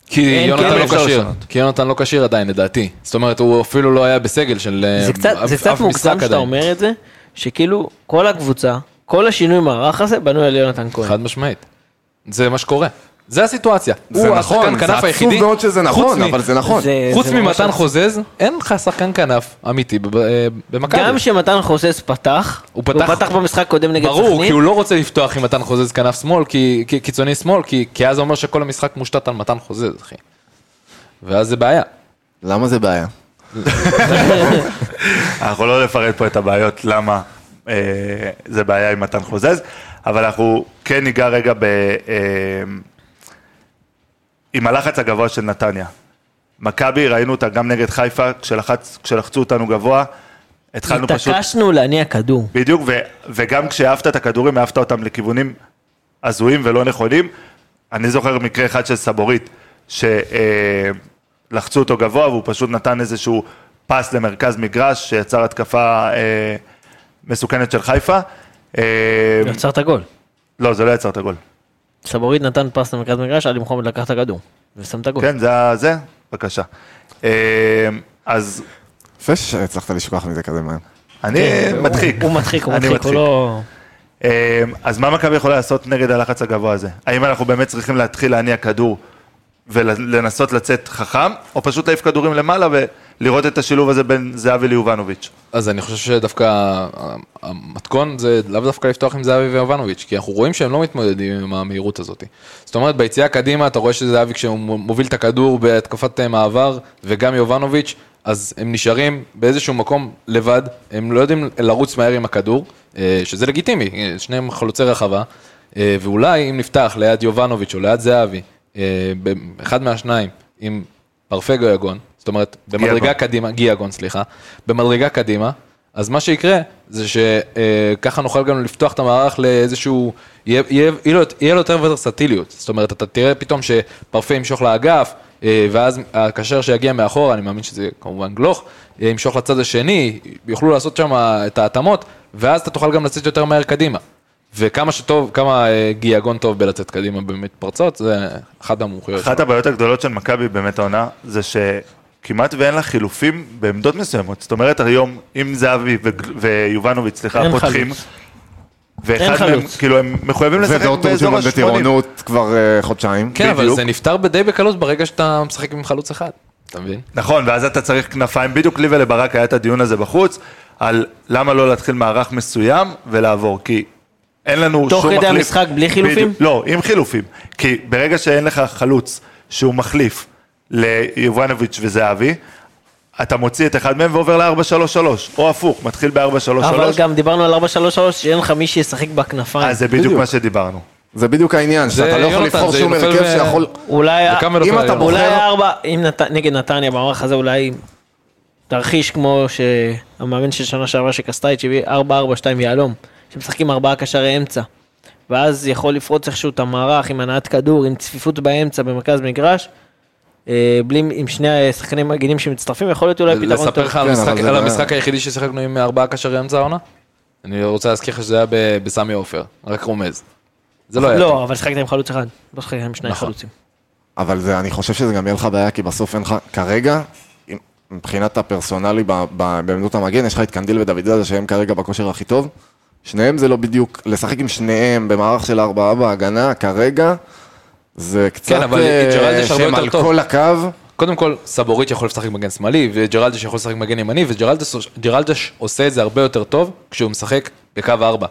Speaker 7: כי
Speaker 6: כן,
Speaker 7: יונתן
Speaker 6: כן,
Speaker 7: לא
Speaker 1: אפשר
Speaker 7: כשיר.
Speaker 1: לשנות.
Speaker 7: כי יונתן לא כשיר עדיין, לדעתי. זאת אומרת, הוא אפילו לא היה בסגל של אה,
Speaker 6: זה קצת, זה
Speaker 7: אף-
Speaker 6: קצת
Speaker 7: אף משחק
Speaker 6: מוקדם שאתה
Speaker 7: עדיין.
Speaker 6: אומר את זה, שכאילו כל הקבוצה, כל השינוי מערך הזה בנוי על יונתן כהן.
Speaker 7: חד משמעית. זה מה שקורה. זה הסיטואציה.
Speaker 5: זה
Speaker 7: הוא
Speaker 5: נכון,
Speaker 7: השחקן
Speaker 5: זה
Speaker 7: כנף
Speaker 5: עצוב
Speaker 7: היחידי.
Speaker 5: מאוד שזה
Speaker 7: חוץ
Speaker 5: נכון,
Speaker 7: מ-
Speaker 5: אבל זה נכון.
Speaker 6: זה-
Speaker 7: חוץ
Speaker 6: אה, זה ממש לא-
Speaker 7: ממתן
Speaker 6: עצוב.
Speaker 7: חוזז, אין לך שחקן כנף אמיתי ב- ב- במכבי.
Speaker 6: גם שמתן חוסס פתח,
Speaker 7: הוא פתח-
Speaker 6: הוא פתח במשחק קודם נגד סכנין.
Speaker 7: ברור, כי הוא לא רוצה לפתוח עם מתן חוזז כנף שמאל, כי, כי, קיצוני שמאל, כי, כי אז זה אומר שכל המשחק מושתת על מתן חוזז, אחי. ואז זה בעיה.
Speaker 5: למה זה בעיה?
Speaker 1: אנחנו לא נפרט פה את הבעיות, למה אה, זה בעיה עם מתן חוזז, אבל אנחנו כן ניגע רגע ב... אה, עם הלחץ הגבוה של נתניה. מכבי, ראינו אותה גם נגד חיפה, כשלחץ, כשלחצו אותנו גבוה, התחלנו פשוט...
Speaker 6: התעקשנו להניע כדור.
Speaker 1: בדיוק, ו, וגם כשהעפת את הכדורים, העפת אותם לכיוונים הזויים ולא נכונים. אני זוכר מקרה אחד של סבורית, שלחצו אותו גבוה והוא פשוט נתן איזשהו פס למרכז מגרש, שיצר התקפה אה, מסוכנת של חיפה. אה,
Speaker 6: יצר את הגול.
Speaker 1: לא, זה לא יצר את הגול.
Speaker 6: סבורית נתן פס למרכז מגרש, עלי מוחמד לקח את הכדור. ושם את הגול.
Speaker 1: כן, זה ה- זה? בבקשה. אה, אז
Speaker 5: יפה שהצלחת לשכוח מזה כזה מהר.
Speaker 1: אני
Speaker 6: כן, הוא-
Speaker 1: מדחיק.
Speaker 6: הוא מדחיק, הוא
Speaker 1: אני
Speaker 6: מדחיק, הוא לא...
Speaker 1: אמ, אז מה מכבי יכולה לעשות נגד הלחץ הגבוה הזה? האם אנחנו באמת צריכים להתחיל להניע כדור ולנסות לצאת חכם, או פשוט להעיף כדורים למעלה ולראות את השילוב הזה בין זהבי ליובנוביץ'?
Speaker 7: אז אני חושב שדווקא ה- המתכון זה לאו דווקא לפתוח עם זהבי ויובנוביץ', כי אנחנו רואים שהם לא מתמודדים עם המהירות הזאת. זאת אומרת, ביציאה קדימה אתה רואה שזהבי כשהוא מוביל את הכדור בהתקפת אה, מעבר, וגם יובנוביץ', אז הם נשארים באיזשהו מקום לבד, הם לא יודעים לרוץ מהר עם הכדור, אה, שזה לגיטימי, אה, שניהם חלוצי רחבה, אה, ואולי אם נפתח ליד יובנוביץ' או ליד זהבי, אה, באחד מהשניים, עם פרפגו יגון, זאת אומרת, במדרגה קדימה, גיאגון, סליחה, במדרגה קדימה, אז מה שיקרה זה שככה נוכל גם לפתוח את המערך לאיזשהו, יהיה, יהיה, יהיה, לו- יהיה לו יותר ורסטיליות, זאת אומרת, אתה תראה פתאום שפרפה ימשוך לאגף, אה, ואז הקשר שיגיע מאחורה, אני מאמין שזה כמובן גלוך, אה, ימשוך לצד השני, יוכלו לעשות שם את ההתאמות, ואז אתה תוכל גם לצאת יותר מהר קדימה. וכמה שטוב, כמה אה, גיאגון טוב בלצאת קדימה במתפרצות, זה אחת המומחיות.
Speaker 1: אחת הבעיות הגדולות של מכבי באמת העונה, זה שכמעט ואין לה חילופים בעמדות מסוימות. זאת אומרת, היום, אם זהבי וגל- ויובנוביץ', סליחה,
Speaker 6: אין
Speaker 1: פותחים,
Speaker 6: חלוץ. אין
Speaker 1: ואחד
Speaker 6: חלוץ.
Speaker 1: מהם, כאילו, הם מחויבים לשחק
Speaker 5: ודור
Speaker 1: באזור
Speaker 5: תורג'מן
Speaker 1: ה-80.
Speaker 5: בטירונות כבר אה, חודשיים.
Speaker 7: כן, אבל
Speaker 1: בדיוק.
Speaker 7: זה נפתר די בקלות ברגע שאתה משחק עם חלוץ אחד, אתה מבין?
Speaker 1: נכון, ואז אתה צריך כנפיים. בדיוק לי ולברק היה את הדיון הזה בחוץ, על למה לא להתחיל מערך מסוים ולעבור, כי אין לנו
Speaker 6: תוך
Speaker 1: שום מחליף.
Speaker 6: כדי המשחק בלי חילופים?
Speaker 1: בדיוק, לא, עם חילופים. כי ברגע שאין לך חלוץ שהוא מחליף ליובנוביץ' וזהבי, אתה מוציא את אחד מהם ועובר ל-4-3-3, או הפוך, מתחיל
Speaker 7: לא
Speaker 1: ב-4-3-3,
Speaker 6: אבל גם דיברנו על 433, שאין לך מי שישחק בכנפיים.
Speaker 7: אה,
Speaker 1: אז זה בדיוק
Speaker 5: בדיוק.
Speaker 1: מה שדיברנו.
Speaker 5: זה בדיוק העניין, שאתה לא יכול
Speaker 7: יונתן,
Speaker 5: לבחור
Speaker 7: זה
Speaker 5: שום
Speaker 7: נופל
Speaker 5: הרכב
Speaker 7: ב-
Speaker 5: שיכול...
Speaker 6: אולי...
Speaker 7: וכמה נופל
Speaker 5: אם אתה
Speaker 7: היום?
Speaker 5: בוחר-
Speaker 6: אולי ארבע, אם נת... נגד נתניה במערך הזה אולי תרחיש כמו שהמאמן של שנה שעברה שקסטייץ' הביא 4-4-2 יהלום, שמשחקים ארבעה קשרי אמצע. ואז יכול לפרוץ איכשהו את המערך עם הנעת כדור, עם צפיפות באמצע במרכז מגרש, אה, בלי, עם שני השחקנים המגינים שמצטרפים, יכול להיות אולי פתרון
Speaker 7: לספר
Speaker 6: טוב.
Speaker 7: לך על
Speaker 5: כן,
Speaker 7: המשחק-
Speaker 5: אבל זה
Speaker 7: על
Speaker 5: לא-
Speaker 7: המשחק היחידי ששיחקנו עם ארבעה קשרי אמצע העונה? אני רוצה להזכיר לך שזה היה ב- בסמי עופר, רק רומז. זה לא היה. טוב.
Speaker 6: לא, אבל שחקת עם חלוץ אחד, לא שחקת עם שני
Speaker 7: נכון.
Speaker 6: חלוצים.
Speaker 5: אבל זה, אני חושב שזה גם יהיה לך בעיה, כי בסוף אין לך, כרגע, אם- מבחינת הפרסונלי ב- ב- בעמדות המגן, יש לך את קנדיל ודוידזה, שהם כרגע בכושר הכי טוב. שניהם זה לא בדיוק, לשחק עם שניהם במערך של ארבעה בהגנה, כרגע, זה קצת...
Speaker 7: כן, אבל
Speaker 5: אה,
Speaker 7: ג'רלדש הרבה
Speaker 5: שהם
Speaker 7: יותר
Speaker 5: על
Speaker 7: טוב.
Speaker 5: כל הקו,
Speaker 7: קודם כל, סבורית יכול לשחק מגן שמאלי, וג'רלדש יכול לשחק מגן ימני, וג'רלדש עושה את זה הרבה יותר טוב כשהוא משחק בקו ארבע.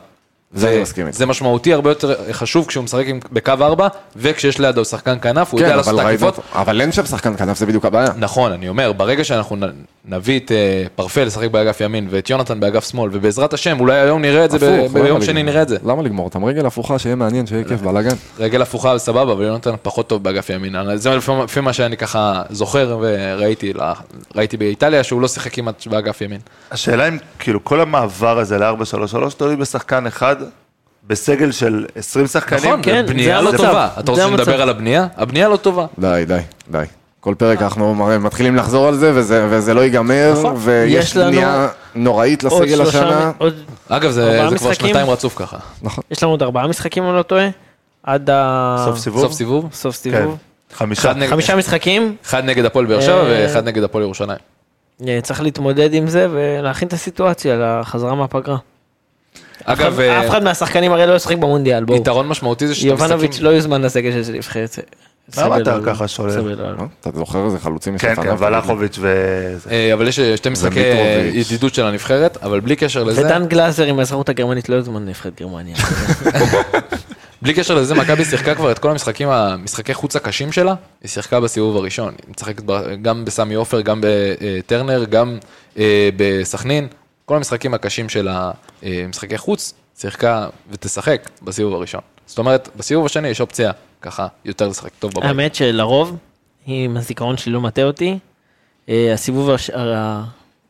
Speaker 5: זה אני מסכים איתך.
Speaker 7: זה משמעותי הרבה יותר חשוב כשהוא משחק עם- בקו ארבע, וכשיש לידו שחקן כנף, הוא יודע
Speaker 5: כן,
Speaker 7: לעשות
Speaker 5: אבל
Speaker 7: את
Speaker 5: ראינו...
Speaker 7: העקיפות,
Speaker 5: אותו. אבל אין שם שחקן כנף, זה בדיוק הבעיה.
Speaker 7: נכון, אני אומר, ברגע שאנחנו נ- נביא את אה, פרפה לשחק באגף ימין ואת יונתן באגף שמאל, ובעזרת השם, אולי היום נראה את זה, ב-
Speaker 5: הפוך,
Speaker 6: לא
Speaker 5: למה
Speaker 7: ביום
Speaker 5: לגמור?
Speaker 7: שני נראה את זה. אה.
Speaker 5: למה לגמור אותם? רגל הפוכה, שיהיה מעניין, שיהיה כיף, בלאגן.
Speaker 7: רגל הפוכה סבבה, אבל יונתן פחות טוב באגף ימין. אני- זה לפי, לפי מה שאני ככה זוכר וראיתי לה- ראיתי באיטליה, שהוא לא שיחק כמעט באגף ימין.
Speaker 1: השאלה אם, כאילו, כל המעבר הזה ל-4-3-3 תלוי בשחקן אחד, בסגל של 20 שחקנים.
Speaker 7: נכון,
Speaker 6: כן,
Speaker 7: בנייה
Speaker 6: זה
Speaker 7: לא
Speaker 6: המצב,
Speaker 7: טובה.
Speaker 6: זה
Speaker 7: אתה רוצה
Speaker 6: המצב.
Speaker 7: לדבר על הבנייה? הבנייה לא טובה.
Speaker 5: די, די, די. כל פרק אנחנו מ- מתחילים לחזור על זה, וזה, וזה לא ייגמר,
Speaker 6: נכון. יש
Speaker 5: ויש
Speaker 6: לנו
Speaker 5: בנייה נוראית
Speaker 6: עוד
Speaker 5: לסגל
Speaker 6: שלושה-
Speaker 5: השנה.
Speaker 6: עוד-
Speaker 7: אגב, זה
Speaker 6: ארבעה
Speaker 7: זה כבר
Speaker 6: משחקים.
Speaker 7: שנתיים רצוף ככה.
Speaker 6: יש לנו עוד ארבעה משחקים, אם אני לא טועה, עד ה...
Speaker 1: סוף סיבוב?
Speaker 7: סוף סיבוב? כן.
Speaker 6: סוף
Speaker 1: כן.
Speaker 6: סיבוב.
Speaker 1: חמישה.
Speaker 7: אחד נגד-
Speaker 6: חמישה משחקים,
Speaker 7: אחד נגד הפועל באר שבע
Speaker 6: אה,
Speaker 7: ואחד נגד הפועל ירושלים.
Speaker 6: אה, צריך להתמודד עם זה ולהכין את הסיטואציה לחזרה מהפגרה.
Speaker 7: אגב, אה,
Speaker 6: אף אחד מהשחקנים הרי לא ישחק במונדיאל, בואו.
Speaker 7: יתרון משמעותי זה שאתה
Speaker 6: יובנוביץ'
Speaker 7: מסתכל...
Speaker 6: לא יוזמן לסגל של נבחרת.
Speaker 1: למה אתה
Speaker 6: סבל על-
Speaker 1: ככה שולל?
Speaker 6: סבל על-
Speaker 5: לא?
Speaker 7: אוקיי.
Speaker 5: אתה זוכר איזה חלוצים
Speaker 1: כן, כן,
Speaker 5: לפניו?
Speaker 1: ולחוביץ' וזה.
Speaker 7: אה, אבל יש אה, שתי משחקי אה,
Speaker 5: ומיטרוביץ'.
Speaker 7: ידידות של הנבחרת, אבל בלי קשר לזה,
Speaker 6: ודן גלאזר עם האזרחות הגרמנית לא יוזמן לנבחרת גרמניה.
Speaker 7: אוקיי. בלי קשר לזה, מכבי שיחקה כבר את כל המשחקים, המשחקי חוץ הקשים שלה, היא שיחקה בסיבוב הראשון. היא משחקת ב- גם בסמי עופר, גם בטרנר, גם אה, בסכנין. כל המשחקים הקשים של המשחקי חוץ, שיחקה ותשחק בסיבוב הראשון. זאת אומרת, בסיבוב השני יש אופציה, ככה, יותר לשחק טוב בבית.
Speaker 6: האמת שלרוב, אם הזיכרון שלי לא מטעה אותי, אה, הסיבוב הש... ה-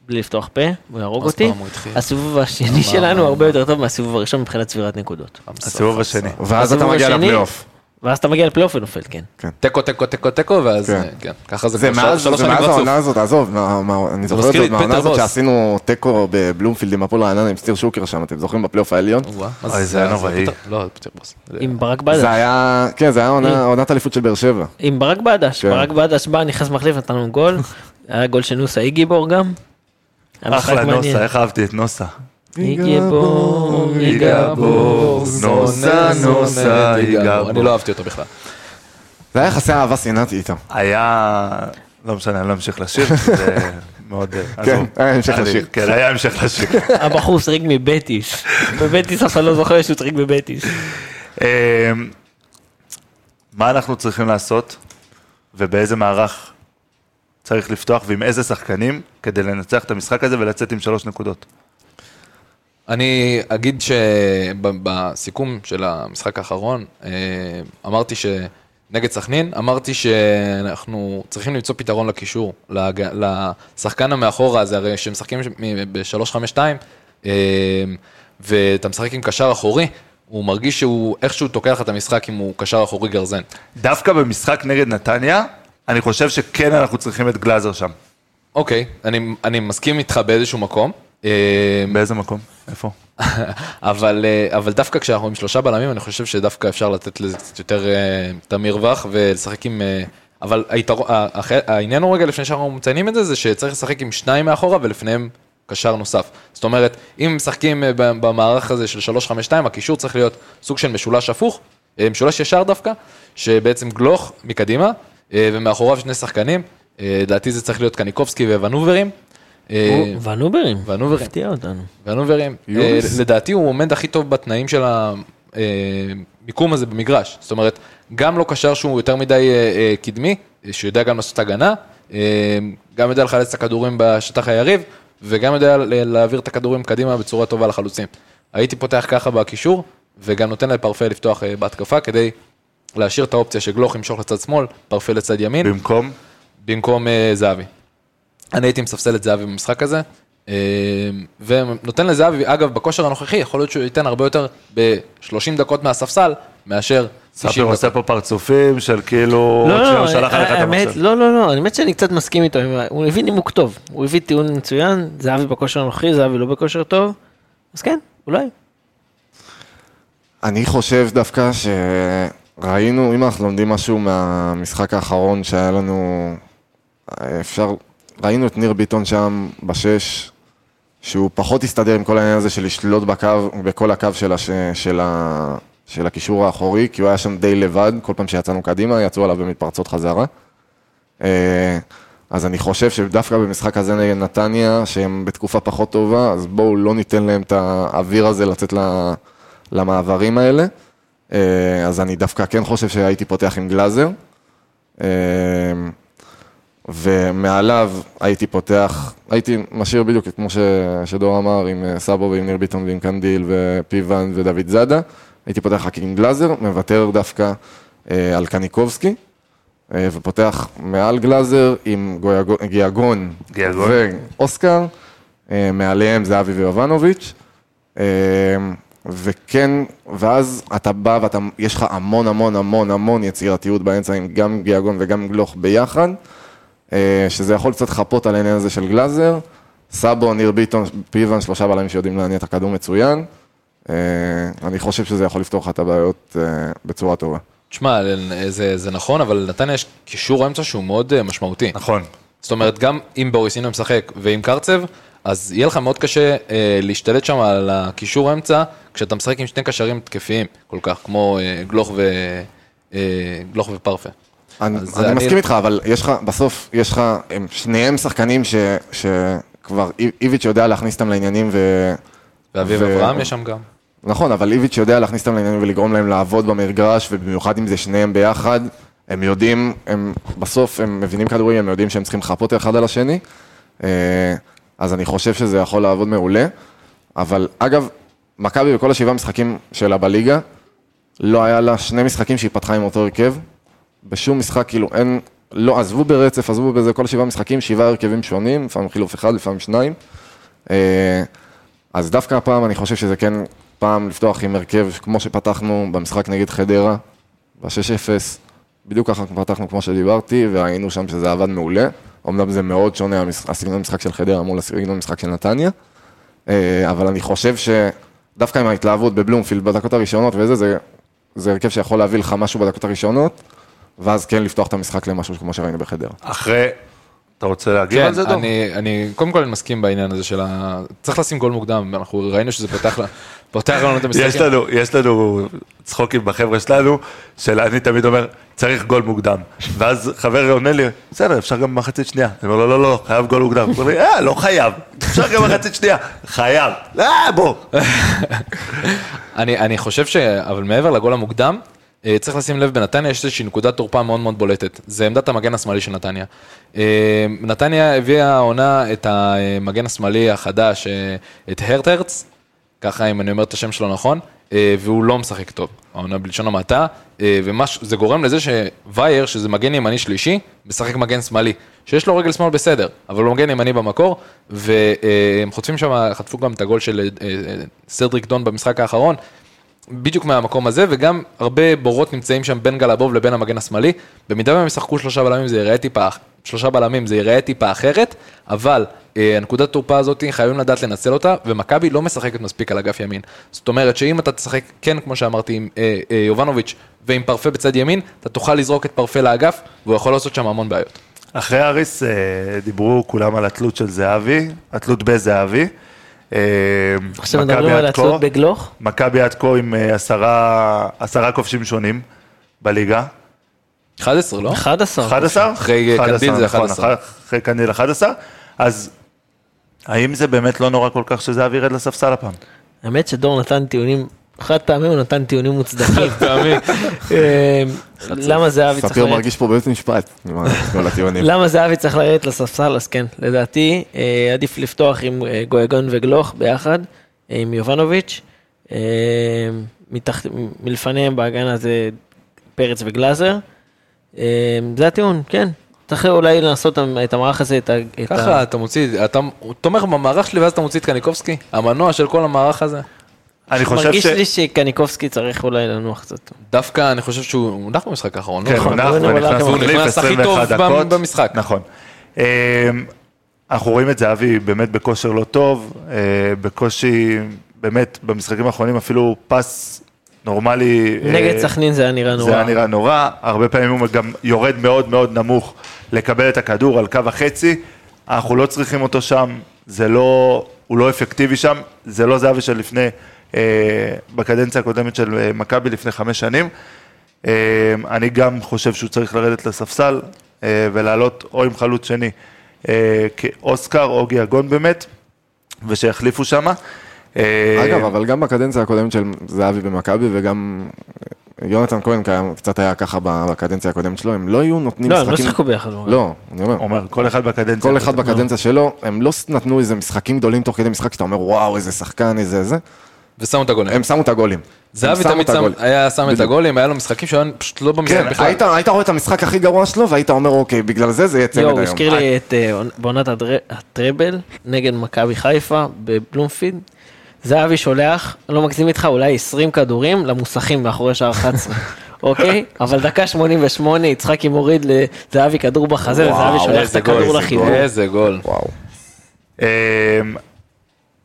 Speaker 6: בלי לפתוח פה, הוא יהרוג
Speaker 7: אז
Speaker 6: אותי,
Speaker 7: פעם הוא התחיל.
Speaker 6: הסיבוב השני שלנו הרבה יותר טוב מהסיבוב הראשון מבחינת צבירת נקודות.
Speaker 1: הסיבוב השני.
Speaker 5: ואז אתה
Speaker 6: בסיבוב
Speaker 5: מגיע
Speaker 6: השני-
Speaker 5: לפלייאוף.
Speaker 6: ואז אתה מגיע לפלייאוף ונופל, כן.
Speaker 7: תיקו, תיקו, תיקו, תיקו, ואז
Speaker 5: כן.
Speaker 7: אה, כן, ככה זה
Speaker 5: זה
Speaker 7: כבר
Speaker 5: מאז
Speaker 7: שלוש
Speaker 5: זה
Speaker 7: שנים
Speaker 5: מאז
Speaker 7: רצוף.
Speaker 5: העונה הזאת, עזוב, מה- מה- אני זוכר את
Speaker 7: מזכיר
Speaker 5: זה
Speaker 7: לי
Speaker 5: עוד
Speaker 7: את
Speaker 5: מהעונה
Speaker 7: פטר
Speaker 5: הזאת
Speaker 7: בוס.
Speaker 5: שעשינו תיקו בבלומפילד עם הפועל רעננה עם סטיר שוקר שם, אתם זוכרים בפלייאוף העליון?
Speaker 7: וואה, מה
Speaker 1: אוי, זה היה נוראי.
Speaker 7: פתאום- לא, זה פתאום בוס. זה-
Speaker 6: עם ברק
Speaker 5: זה
Speaker 6: בדש,
Speaker 5: היה, כן, זה היה
Speaker 6: אה.
Speaker 5: עונה- עונת אליפות של באר שבע.
Speaker 6: עם ברק בדש,
Speaker 5: כן.
Speaker 6: ברק בדש בא, נכנס מחליף, נתן לנו גול, היה גול של נוסה אי גיבור גם. היה משחק
Speaker 1: אחלה
Speaker 6: מעניין.
Speaker 1: נוסה, איך אהבתי את נוסה.
Speaker 6: אי גיבור, אי
Speaker 7: גיבור,
Speaker 6: גיבור.
Speaker 1: נוסה, נוסה, יגבור.
Speaker 7: אני לא אהבתי אותו בכלל.
Speaker 5: זה היה יחסי אהבה שנאתי איתם.
Speaker 1: היה... לא משנה, אני לא אמשיך
Speaker 5: *laughs*
Speaker 1: לשיר, זה מאוד... אה,
Speaker 5: כן,
Speaker 1: עזוב.
Speaker 5: היה המשך
Speaker 1: אני-
Speaker 5: לשיר.
Speaker 1: כן, היה המשך לשיר.
Speaker 5: *laughs*
Speaker 6: הבחור שריג מבטיס. בבטיס אף אחד לא זוכר שהוא שריג בבטיס.
Speaker 1: אה, מה אנחנו צריכים לעשות, ובאיזה מערך צריך לפתוח, ועם איזה שחקנים, כדי לנצח את המשחק הזה ולצאת עם שלוש נקודות.
Speaker 7: אני אגיד שבסיכום של המשחק האחרון, אה, אמרתי ש... נגד סכנין, אמרתי שאנחנו צריכים למצוא פתרון לקישור, להג... לשחקן המאחורה הזה, הרי שמשחקים ב-352, ואתה משחק אה, עם קשר אחורי, הוא מרגיש שהוא איכשהו תוקע לך את המשחק אם הוא קשר אחורי גרזן.
Speaker 1: דווקא במשחק נגד נתניה, אני חושב שכן אנחנו צריכים את גלאזר שם.
Speaker 7: אוקיי, אני, אני מסכים איתך באיזשהו מקום, אה,
Speaker 1: באיזה מקום? איפה?
Speaker 7: אבל, אה, אבל דווקא כשאנחנו עם שלושה בלמים, אני חושב שדווקא אפשר לתת לזה קצת יותר אה, את המרווח ולשחק עם... אה, אבל היתר, העניין הוא רגע, לפני שאנחנו מציינים את זה, זה שצריך לשחק עם שניים מאחורה ולפניהם קשר נוסף. זאת אומרת, אם משחקים אה, ב- במערך הזה של 3-5-2, הקישור צריך להיות סוג של משולש הפוך, אה, משולש ישר דווקא, שבעצם גלוך מקדימה, אה, ומאחוריו שני שחקנים, אה, לדעתי זה צריך להיות קניקובסקי וונוברים. אה,
Speaker 6: ונוברים.
Speaker 7: ונוברים.
Speaker 6: הפתיע אותנו.
Speaker 7: ונוברים, אה,
Speaker 5: יוליס.
Speaker 7: לדעתי הוא עומד הכי טוב בתנאים של המיקום הזה במגרש. זאת אומרת, גם לא קשר שהוא יותר מדי אה, אה, קדמי, אה, שיודע גם לעשות הגנה, אה, גם יודע לחלץ את הכדורים בשטח היריב, וגם יודע ל- להעביר את הכדורים קדימה בצורה טובה לחלוצים. הייתי פותח ככה בקישור, וגם נותן לפרפה לפתוח אה, בהתקפה כדי להשאיר את האופציה שגלוך ימשוך לצד שמאל, פרפה לצד ימין.
Speaker 6: כן.
Speaker 1: במקום?
Speaker 7: במקום אה, זהבי. אני הייתי מספסל את זהבי במשחק הזה, אה, ונותן לזהבי, אגב, בכושר הנוכחי, יכול להיות שהוא ייתן הרבה יותר ב-30 דקות מהספסל, מאשר
Speaker 1: ספיר
Speaker 7: 90 דקות. לא,
Speaker 1: עושה פה פרצופים של כאילו...
Speaker 6: לא,
Speaker 1: עוד שנייה הוא שלח עליך את
Speaker 6: האמת,
Speaker 1: המחשב.
Speaker 6: לא, לא, לא, האמת שאני קצת מסכים איתו, עם ה- הוא הביא נימוק טוב, הוא הביא טיעון מצוין, זהבי בכושר הנוכחי, זהבי לא בכושר טוב, אז כן, אולי.
Speaker 5: אני חושב דווקא שראינו, אם אנחנו לומדים משהו מהמשחק האחרון שהיה לנו, אפשר, ראינו את ניר ביטון שם בשש, שהוא פחות הסתדר עם כל העניין הזה של לשלוט בקו, בכל הקו של, הש, של, ה, של הקישור האחורי, כי הוא היה שם די לבד, כל פעם שיצאנו קדימה, יצאו עליו במתפרצות חזרה. אה, אז אני חושב שדווקא במשחק הזה נגד נתניה, שהם בתקופה פחות טובה, אז בואו לא ניתן להם את האוויר הזה לצאת ל- למעברים האלה. אה, אז אני דווקא כן חושב שהייתי פותח עם גלאזר. אה, ומעליו הייתי פותח, הייתי משאיר בדיוק כמו ש, שדור אמר, עם אה, סאבו ועם ניר ביטון ועם קנדיל ופיוון ודוד זאדה, הייתי פותח רק עם גלאזר, מוותר דווקא אה, על קניקובסקי, אה, ופותח מעל גלאזר עם גויגו- גיאגון,
Speaker 1: גיאגון.
Speaker 5: ואוסקר, אה, מעליהם זהבי ויובנוביץ', אה, וכן, ואז אתה בא ואתה, יש לך המון המון המון המון יצירתיות באמצע עם גם גיאגון וגם גלוך ביחד. אה, שזה יכול קצת לחפות על העניין הזה של גלאזר. סאבו, ניר ביטון, פיבן, שלושה בלמים שיודעים להניע את הכדור מצוין. אה, אני חושב שזה יכול לפתור לך את הבעיות אה, בצורה טובה.
Speaker 7: תשמע, זה, זה נכון, אבל לנתניה יש קישור אמצע שהוא מאוד אה, משמעותי.
Speaker 1: נכון.
Speaker 7: זאת אומרת, גם אם בוריסינו משחק ועם קרצב, אז יהיה לך מאוד קשה אה, להשתלט שם על הקישור אמצע, כשאתה משחק עם שני קשרים תקפיים כל כך, כמו אה, גלוך, ו, אה, גלוך ופרפה.
Speaker 5: אני,
Speaker 7: אז
Speaker 5: אני
Speaker 7: אני-
Speaker 5: מסכים איתך, אבל יש לך, בסוף יש לך, הם שניהם שחקנים ש, שכבר איב- איביץ' יודע להכניס אותם לעניינים ו...
Speaker 7: ואביב
Speaker 5: ו-
Speaker 7: אברהם יש שם גם.
Speaker 5: נכון, אבל איביץ' יודע להכניס אותם לעניינים ולגרום להם לעבוד במרגש, ובמיוחד אם זה שניהם ביחד, הם יודעים, הם בסוף, הם מבינים כדורים, הם יודעים שהם צריכים לחפות אחד על השני, אה, אז אני חושב שזה יכול לעבוד מעולה, אבל אגב, מכבי בכל השבעה משחקים שלה בליגה, לא היה לה שני משחקים שהיא פתחה עם אותו הרכב, בשום משחק, כאילו, אין, לא, עזבו ברצף, עזבו בזה כל שבעה משחקים, שבעה הרכבים שונים, לפעמים חילוף אחד, לפעמים שניים. אה, אז דווקא הפעם אני חושב שזה כן פעם לפתוח עם הרכב כמו שפתחנו במשחק נגד חדרה, ב-6-0, בדיוק ככה פתחנו כמו שדיברתי, והיינו שם שזה עבד מעולה. אמנם זה מאוד שונה המש- הסגנון המשחק של חדרה מול הסגנון המשחק של נתניה, אה, אבל אני חושב שדווקא עם ההתלהבות בבלומפילד בדקות הראשונות וזה, זה, זה הרכב שיכול להביא לך משהו בדקות הראשונות, ואז כן לפתוח את המשחק למשהו כמו שראינו בחדרה.
Speaker 1: אחרי... אתה רוצה להגיב על זה, דור?
Speaker 7: כן, אני, אני, קודם כל אני מסכים בעניין הזה של ה... צריך לשים גול מוקדם, אנחנו ראינו שזה פותח, ל- פותח לנו את המשחקים.
Speaker 1: יש לנו, יש לנו צחוקים בחבר'ה שלנו, של אני תמיד אומר, צריך גול מוקדם. ואז חבר עונה לי, בסדר, אפשר גם מחצית שנייה. אני אומר לו, לא, לא, חייב גול מוקדם. הוא אומר לי, אה, לא חייב, אפשר גם מחצית שנייה. חייב. אה, בוא.
Speaker 7: אני, אני חושב ש... אבל מעבר לגול המוקדם, אה, צריך לשים לב, בנתניה יש איזושהי נקודת תורפה מאוד מאוד בולטת. זה עמדת המגן השמאלי של נתניה. אה, נתניה הביאה העונה את המגן השמאלי החדש, אה, את הרטהרץ, ככה אם אני אומר את השם שלו נכון, אה, והוא לא משחק טוב, העונה בלשון המעטה, אה, וזה גורם לזה שווייר, שזה מגן ימני שלישי, משחק מגן שמאלי, שיש לו רגל שמאל בסדר, אבל הוא מגן ימני במקור, והם חוטפים שם, חטפו גם את הגול של אה, אה, סדריק דון במשחק האחרון, בדיוק מהמקום הזה, וגם הרבה בורות נמצאים שם בין גלבוב לבין המגן השמאלי. במידה והם ישחקו שלושה בלמים זה ייראה טיפה, אח- שלושה בלמים זה ייראה טיפה אחרת, אבל אה, הנקודת תורפה הזאת חייבים לדעת לנצל אותה, ומכבי לא משחקת מספיק על אגף ימין. זאת אומרת שאם אתה תשחק, כן, כמו שאמרתי, עם אה, אה, יובנוביץ' ועם פרפה בצד ימין, אתה תוכל לזרוק את פרפה לאגף, והוא יכול לעשות שם המון בעיות.
Speaker 1: אחרי אריס אה, דיברו כולם על התלות של זהבי, התלות בזהבי. אה,
Speaker 6: עכשיו
Speaker 1: מכבי
Speaker 6: מדברים על
Speaker 1: עד כה-
Speaker 6: התלות בגלוך?
Speaker 1: מכבי עד כה עם אה, עשרה עשרה כובשים שונים בליגה.
Speaker 7: 11, לא?
Speaker 6: 11.
Speaker 1: 11?
Speaker 7: אחרי קנדיל זה
Speaker 1: נכון,
Speaker 7: 11.
Speaker 1: אחרי- אחרי קנדיל 11. אז האם זה באמת לא נורא כל כך שזהבי ירד לספסל הפעם?
Speaker 6: האמת שדור נתן טיעונים, חד פעמים הוא נתן טיעונים מוצדקים. אה, למה זהבי צריך
Speaker 5: ספיר
Speaker 6: לרדת?
Speaker 5: מרגיש פה בבית משפט, עם כל הטיעונים.
Speaker 6: למה זהבי צריך לרדת לספסל? אז כן, לדעתי אה, עדיף לפתוח עם אה, גויגון וגלוך ביחד, אה, עם יובנוביץ'. אה, מתחת- מ- מלפניהם בהגנה זה פרץ וגלאזר. אה, זה הטיעון, כן. צריך אולי לנסות את המערך הזה, את ה... את
Speaker 7: ככה
Speaker 6: ה-
Speaker 7: אתה מוציא, אתה תומך במערך שלי ואז אתה מוציא את קניקובסקי, המנוע של כל המערך הזה.
Speaker 1: אני חושב ש...
Speaker 6: מרגיש לי שקניקובסקי צריך אולי לנוח קצת.
Speaker 7: דווקא אני חושב שהוא הונח במשחק האחרון, לא?
Speaker 1: כן, הוא
Speaker 7: נכון?
Speaker 1: נח
Speaker 6: הוא
Speaker 1: ונכנס
Speaker 6: הוא
Speaker 1: מחליף
Speaker 7: נכנס הכי
Speaker 1: 21
Speaker 7: טוב במ-
Speaker 1: דקות.
Speaker 7: במשחק.
Speaker 1: נכון. אמ, אנחנו רואים את זהבי באמת בכושר לא טוב, אה, בקושי, באמת, במשחקים האחרונים אפילו פס נורמלי. אה,
Speaker 6: נגד סכנין זה היה נראה נורא.
Speaker 1: זה היה נראה נורא, הרבה פעמים הוא גם יורד מאוד מאוד נמוך לקבל את הכדור על קו החצי, אנחנו לא צריכים אותו שם, זה לא, הוא לא אפקטיבי שם, זה לא זהבי של לפני, אה, בקדנציה הקודמת של אה, מכבי לפני חמש שנים. אה, אני גם חושב שהוא צריך לרדת לספסל אה, ולעלות או עם חלוץ שני אה, כאוסקר או גיאגון באמת, ושיחליפו שמה. אה,
Speaker 5: אגב, אבל גם בקדנציה הקודמת של זהבי במכבי, וגם יונתן כהן קיים- קצת היה ככה בקדנציה הקודמת שלו, הם לא היו נותנים
Speaker 6: לא, הם לא
Speaker 5: משחקים...
Speaker 6: שיחקו ביחד.
Speaker 5: לא, אני אומר,
Speaker 1: אומר, כל אחד בקדנציה.
Speaker 5: כל אחד בקדנציה שלו, הם לא נתנו איזה משחקים גדולים תוך כדי משחק, שאתה אומר, וואו, איזה שחקן, איזה זה,
Speaker 7: ושם את הגולים.
Speaker 5: הם שמו את הגולים.
Speaker 7: זהבי
Speaker 5: הם שמו
Speaker 7: תמיד
Speaker 5: את
Speaker 7: שם-
Speaker 5: הגול.
Speaker 7: היה שם את
Speaker 5: בדיוק.
Speaker 7: הגולים, היה לו משחקים שהיו פשוט לא במשחק
Speaker 5: כן,
Speaker 7: בכלל.
Speaker 5: היית- היית רואה את המשחק הכי גרוע שלו, והיית אומר, אוקיי, בגלל זה זה יהיה צמד
Speaker 6: יואו, הוא
Speaker 5: היום.
Speaker 6: הזכיר לי את אה, עונ- בעונת הדר- הטראבל נגד מכבי חיפה בבלומפילד. זהבי שולח, לא מגזים איתך, אולי 20 כדורים למוסכים מאחורי שער 11. אוקיי? אבל דקה 88, יצחקי מוריד לזהבי כדור בחזה, וזהבי שולח את
Speaker 7: איזה גול,
Speaker 6: הכדור
Speaker 7: איזה גול,
Speaker 6: לחיבור.
Speaker 7: איזה גול.
Speaker 5: וואו.
Speaker 1: אמ,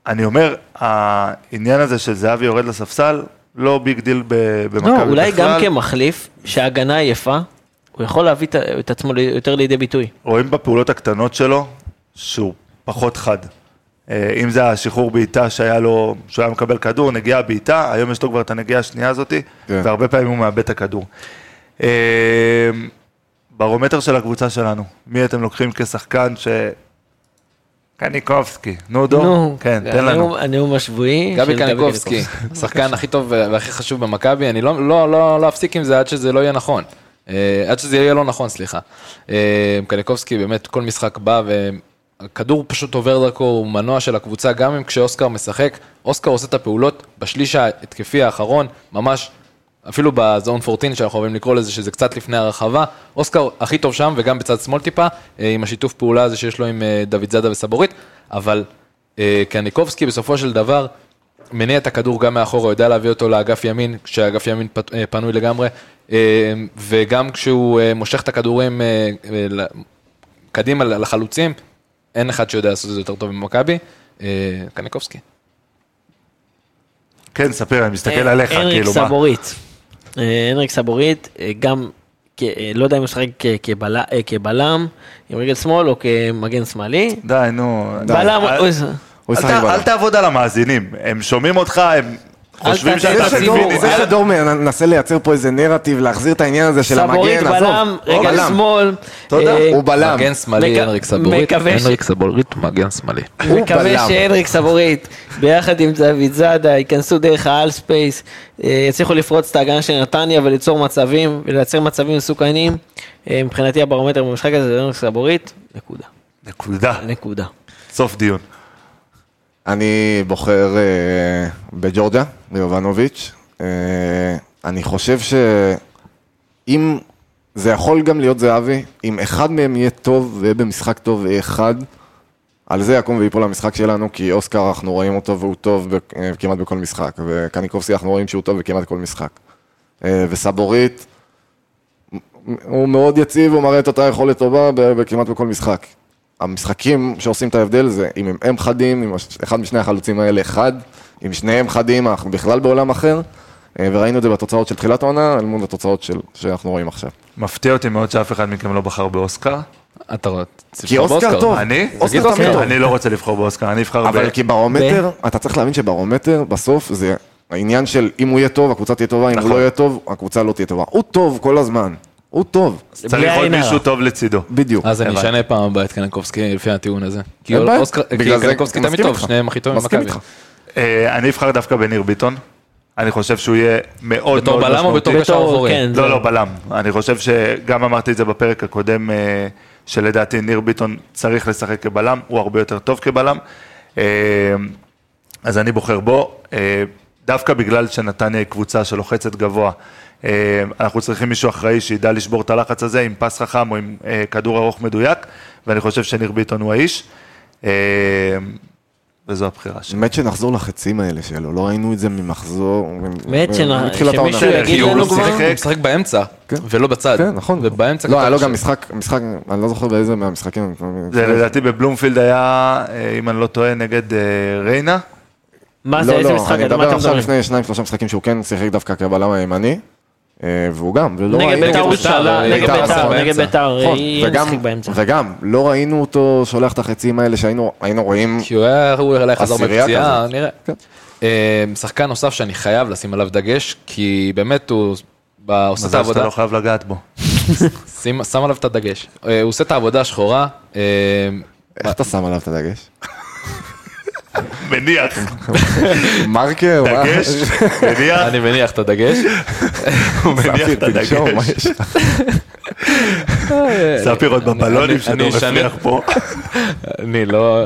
Speaker 1: אני אומר, העניין הזה של זהבי יורד לספסל, לא ביג דיל ב- במכבי
Speaker 6: לא,
Speaker 1: בכלל.
Speaker 6: אולי גם כמחליף, שההגנה עייפה, הוא יכול להביא את- את עצמו ל- יותר לידי ביטוי.
Speaker 1: רואים בפעולות הקטנות שלו שהוא פחות חד. אה, אם זה השחרור בעיטה שהיה לו, שהוא היה מקבל כדור, נגיעה בעיטה, היום יש לו כבר את הנגיעה השנייה הזאת,
Speaker 5: כן.
Speaker 1: והרבה פעמים הוא מאבד את הכדור. אה, ברומטר של הקבוצה שלנו, מי אתם לוקחים כשחקן ש... קניקובסקי, נו דור, כן, תן לנו.
Speaker 6: הנאום- הנאום השבועי
Speaker 7: גבי קניקובסקי, השחקן הכי טוב והכי חשוב במכבי, אני לא- לא לא- לא אפסיק עם זה עד שזה לא יהיה נכון. אה, עד שזה יהיה לא נכון, סליחה. אה, קניקובסקי באמת כל משחק בא והכדור פשוט עובר דרכו, הוא מנוע של הקבוצה, גם אם כשאוסקר משחק, אוסקר עושה את הפעולות בשליש ההתקפי האחרון, ממש אפילו בזון 14 שאנחנו אוהבים לקרוא לזה, שזה קצת לפני הרחבה, אוסקר הכי טוב שם וגם בצד שמאל טיפה, אה, עם השיתוף פעולה הזה שיש לו עם אה, דוד זאדה וסבורית, אבל אה, קניקובסקי בסופו של דבר מניע את הכדור גם מאחורה, יודע להביא אותו לאגף ימין, כשהאגף ימין פת- אה, פנוי לגמרי, אה, וגם כשהוא אה, מושך את הכדורים אה, אה, ל- קדימה לחלוצים, אין אחד שיודע לעשות את זה יותר טוב ממכבי, אה, קניקובסקי.
Speaker 1: כן, ספיר, אני מסתכל עליך,
Speaker 6: הנריק
Speaker 1: כאילו, מה?
Speaker 6: אה, סבורית. אה, הנריק סבורית, אה, גם, כ- אה, לא יודע אם הוא משחק כ- כבל- אה, כבלם, עם רגל שמאל או כמגן שמאלי.
Speaker 1: די, נו. די. אה,
Speaker 6: בלם,
Speaker 1: אל-
Speaker 6: אוי,
Speaker 5: הוא
Speaker 1: אל
Speaker 5: ישחק
Speaker 1: ת-
Speaker 5: בלם.
Speaker 1: אל תעבוד על המאזינים, הם שומעים אותך, הם חושבים
Speaker 6: תעשה
Speaker 1: שאתה
Speaker 5: זה
Speaker 6: תעזבו,
Speaker 5: שדור-
Speaker 1: ציוויני.
Speaker 5: זה שדור מנסה לייצר פה איזה נרטיב, להחזיר את העניין הזה של
Speaker 6: סבורית
Speaker 5: המגן,
Speaker 6: בלם,
Speaker 5: הוא
Speaker 6: רגל
Speaker 5: בלם.
Speaker 6: שמאל.
Speaker 1: תודה.
Speaker 6: אה,
Speaker 5: הוא בלם.
Speaker 7: מגן שמאלי,
Speaker 6: מק-
Speaker 7: הנריק סבורית,
Speaker 6: מקווה ש-
Speaker 7: הנריק סבורית, מגן שמאלי.
Speaker 5: הוא
Speaker 6: מקווה
Speaker 5: בלם.
Speaker 6: שהנריק סבורית, ביחד עם דוד זאדה, ייכנסו דרך האלספייס, אה, יצליחו לפרוץ את ההגנה של נתניה וליצור מצבים, ולייצר מצבים מסוכנים. אה, מבחינתי הברומטר במשחק הזה זה הנריק סבורית, נקודה.
Speaker 1: נקודה,
Speaker 6: נקודה.
Speaker 1: סוף דיון.
Speaker 5: אני בוחר אה, בג'ורג'ה, ביובנוביץ'. אה, אני חושב שאם זה יכול גם להיות זהבי, אם אחד מהם יהיה טוב ויהיה במשחק טוב ויהיה אחד, על זה יקום וייפול המשחק שלנו, כי אוסקר אנחנו רואים אותו והוא טוב ב- אה, כמעט בכל משחק, וקניקובסקי אנחנו רואים שהוא טוב בכמעט כל משחק. אה, וסבורית, הוא מאוד יציב, הוא מראה את אותה יכולת טובה ב- ב- כמעט בכל משחק. המשחקים שעושים את ההבדל זה אם הם- הם חדים, אם הש- אחד משני החלוצים האלה חד, אם שניהם חדים, אנחנו בכלל בעולם אחר, אה, וראינו את זה בתוצאות של תחילת העונה, אל מול התוצאות של, שאנחנו רואים עכשיו.
Speaker 1: מפתיע אותי מאוד שאף אחד מכם לא בחר באוסקר.
Speaker 7: אתה רואה,
Speaker 5: כי אוסקר טוב,
Speaker 1: אני?
Speaker 5: אוסקר
Speaker 1: תגיד,
Speaker 5: תמיד טוב.
Speaker 1: אני לא רוצה לבחור באוסקר, אני אבחר ב...
Speaker 5: אבל כי ברומטר, אתה צריך להבין שברומטר בסוף זה העניין של אם הוא יהיה טוב, הקבוצה תהיה טובה, אם הוא
Speaker 1: נכון.
Speaker 5: לא יהיה טוב, הקבוצה לא תהיה טובה. הוא טוב כל הזמן, הוא טוב,
Speaker 6: בלי
Speaker 1: צריך עוד
Speaker 6: עין הרע.
Speaker 1: מישהו טוב לצידו.
Speaker 5: בדיוק.
Speaker 7: אז אני
Speaker 1: הבנתי.
Speaker 7: אשנה פעם הבאה את קניקובסקי לפי הטיעון הזה. אה, כי
Speaker 5: אין בעיה.
Speaker 7: אוסקר- כי
Speaker 5: בגלל זה
Speaker 7: קניקובסקי
Speaker 5: אני
Speaker 7: תמיד
Speaker 5: מסכים
Speaker 7: טוב,
Speaker 5: איתך.
Speaker 7: שניהם הכי טובים
Speaker 5: מסכים
Speaker 7: במכבי.
Speaker 5: איתך.
Speaker 1: אה, אני אבחר דווקא בניר ביטון. אני חושב שהוא יהיה מאוד
Speaker 7: בתור
Speaker 1: מאוד
Speaker 7: בלם או
Speaker 1: משמעותי.
Speaker 7: בתור קשר
Speaker 6: בתור-
Speaker 7: אחורי?
Speaker 6: כן.
Speaker 1: לא, לא, בלם. אני חושב שגם אמרתי את זה בפרק הקודם, אה, שלדעתי ניר ביטון צריך לשחק כבלם, הוא הרבה יותר טוב כבלם. אה, אז אני בוחר בו, אה, דווקא בגלל שנתניה היא קבוצה שלוחצת גבוה. אה, אנחנו צריכים מישהו אחראי שידע לשבור את הלחץ הזה עם פס חכם או עם אה, כדור ארוך מדויק, ואני חושב שניר ביטון הוא האיש. אה, וזו הבחירה שלי.
Speaker 5: מת שנחזור לחצים האלה שלו, לא ראינו את זה ממחזור,
Speaker 6: מת שנ-
Speaker 5: מתחילת העונה.
Speaker 6: שמישהו יגיד
Speaker 7: כי הוא
Speaker 6: לנו
Speaker 7: לא שיחק-
Speaker 6: כבר,
Speaker 7: הוא משחק באמצע,
Speaker 5: כן.
Speaker 7: ולא בצד.
Speaker 5: כן, נכון.
Speaker 7: ובאמצע...
Speaker 5: לא,
Speaker 7: כתב
Speaker 5: היה לו
Speaker 7: ש-
Speaker 5: גם משחק, משחק, אני לא זוכר באיזה מהמשחקים.
Speaker 1: זה לדעתי בבלומפילד היה, אה, אם אני לא טועה, נגד אה, ריינה.
Speaker 6: מה זה,
Speaker 5: לא,
Speaker 6: איזה
Speaker 5: לא,
Speaker 6: משחק,
Speaker 5: אני
Speaker 6: על מה
Speaker 5: מדבר
Speaker 6: אתם
Speaker 5: עכשיו
Speaker 6: מדברים?
Speaker 5: לפני שניים, שלושה משחקים שהוא כן שיחק דווקא כבלם הימני, אה, והוא גם, ולא
Speaker 6: נגד
Speaker 5: ראינו...
Speaker 6: בית"ר
Speaker 7: נגד בית"ר,
Speaker 6: ירושלים, נגד
Speaker 5: בית"ר,
Speaker 6: בית"ר,
Speaker 5: נכון,
Speaker 6: נגד
Speaker 7: באמצע.
Speaker 6: בית"ר,
Speaker 5: נכון,
Speaker 6: יהיה
Speaker 5: וגם-
Speaker 6: משחק באמצע.
Speaker 5: וגם, לא ראינו אותו שולח את החצים האלה שהיינו היינו רואים,
Speaker 7: כי הוא היה, הוא אולי חזר
Speaker 5: עשירייה
Speaker 7: מפציעה,
Speaker 5: כזאת.
Speaker 7: נראה. אה, שחקן נוסף שאני חייב לשים עליו דגש, כי באמת הוא ב- עושה
Speaker 1: מזל
Speaker 7: את
Speaker 1: שאתה
Speaker 7: העבודה,
Speaker 1: לא חייב לגעת בו.
Speaker 7: שים- שם עליו את הדגש. אה, הוא עושה את העבודה השחורה, אה,
Speaker 5: איך אתה שם עליו את הדגש?
Speaker 1: מניח,
Speaker 7: כן.
Speaker 5: מרקר, מה?
Speaker 1: דגש, מניח,
Speaker 7: אני מניח את הדגש.
Speaker 1: הוא מניח את
Speaker 5: ספיר, תנשום, מה
Speaker 1: הדגש.
Speaker 5: יש?
Speaker 1: ספיר עוד בבלונים
Speaker 7: אה, אני-
Speaker 1: שאתה
Speaker 7: אני אשנה.
Speaker 1: מפריח פה.
Speaker 7: אני לא...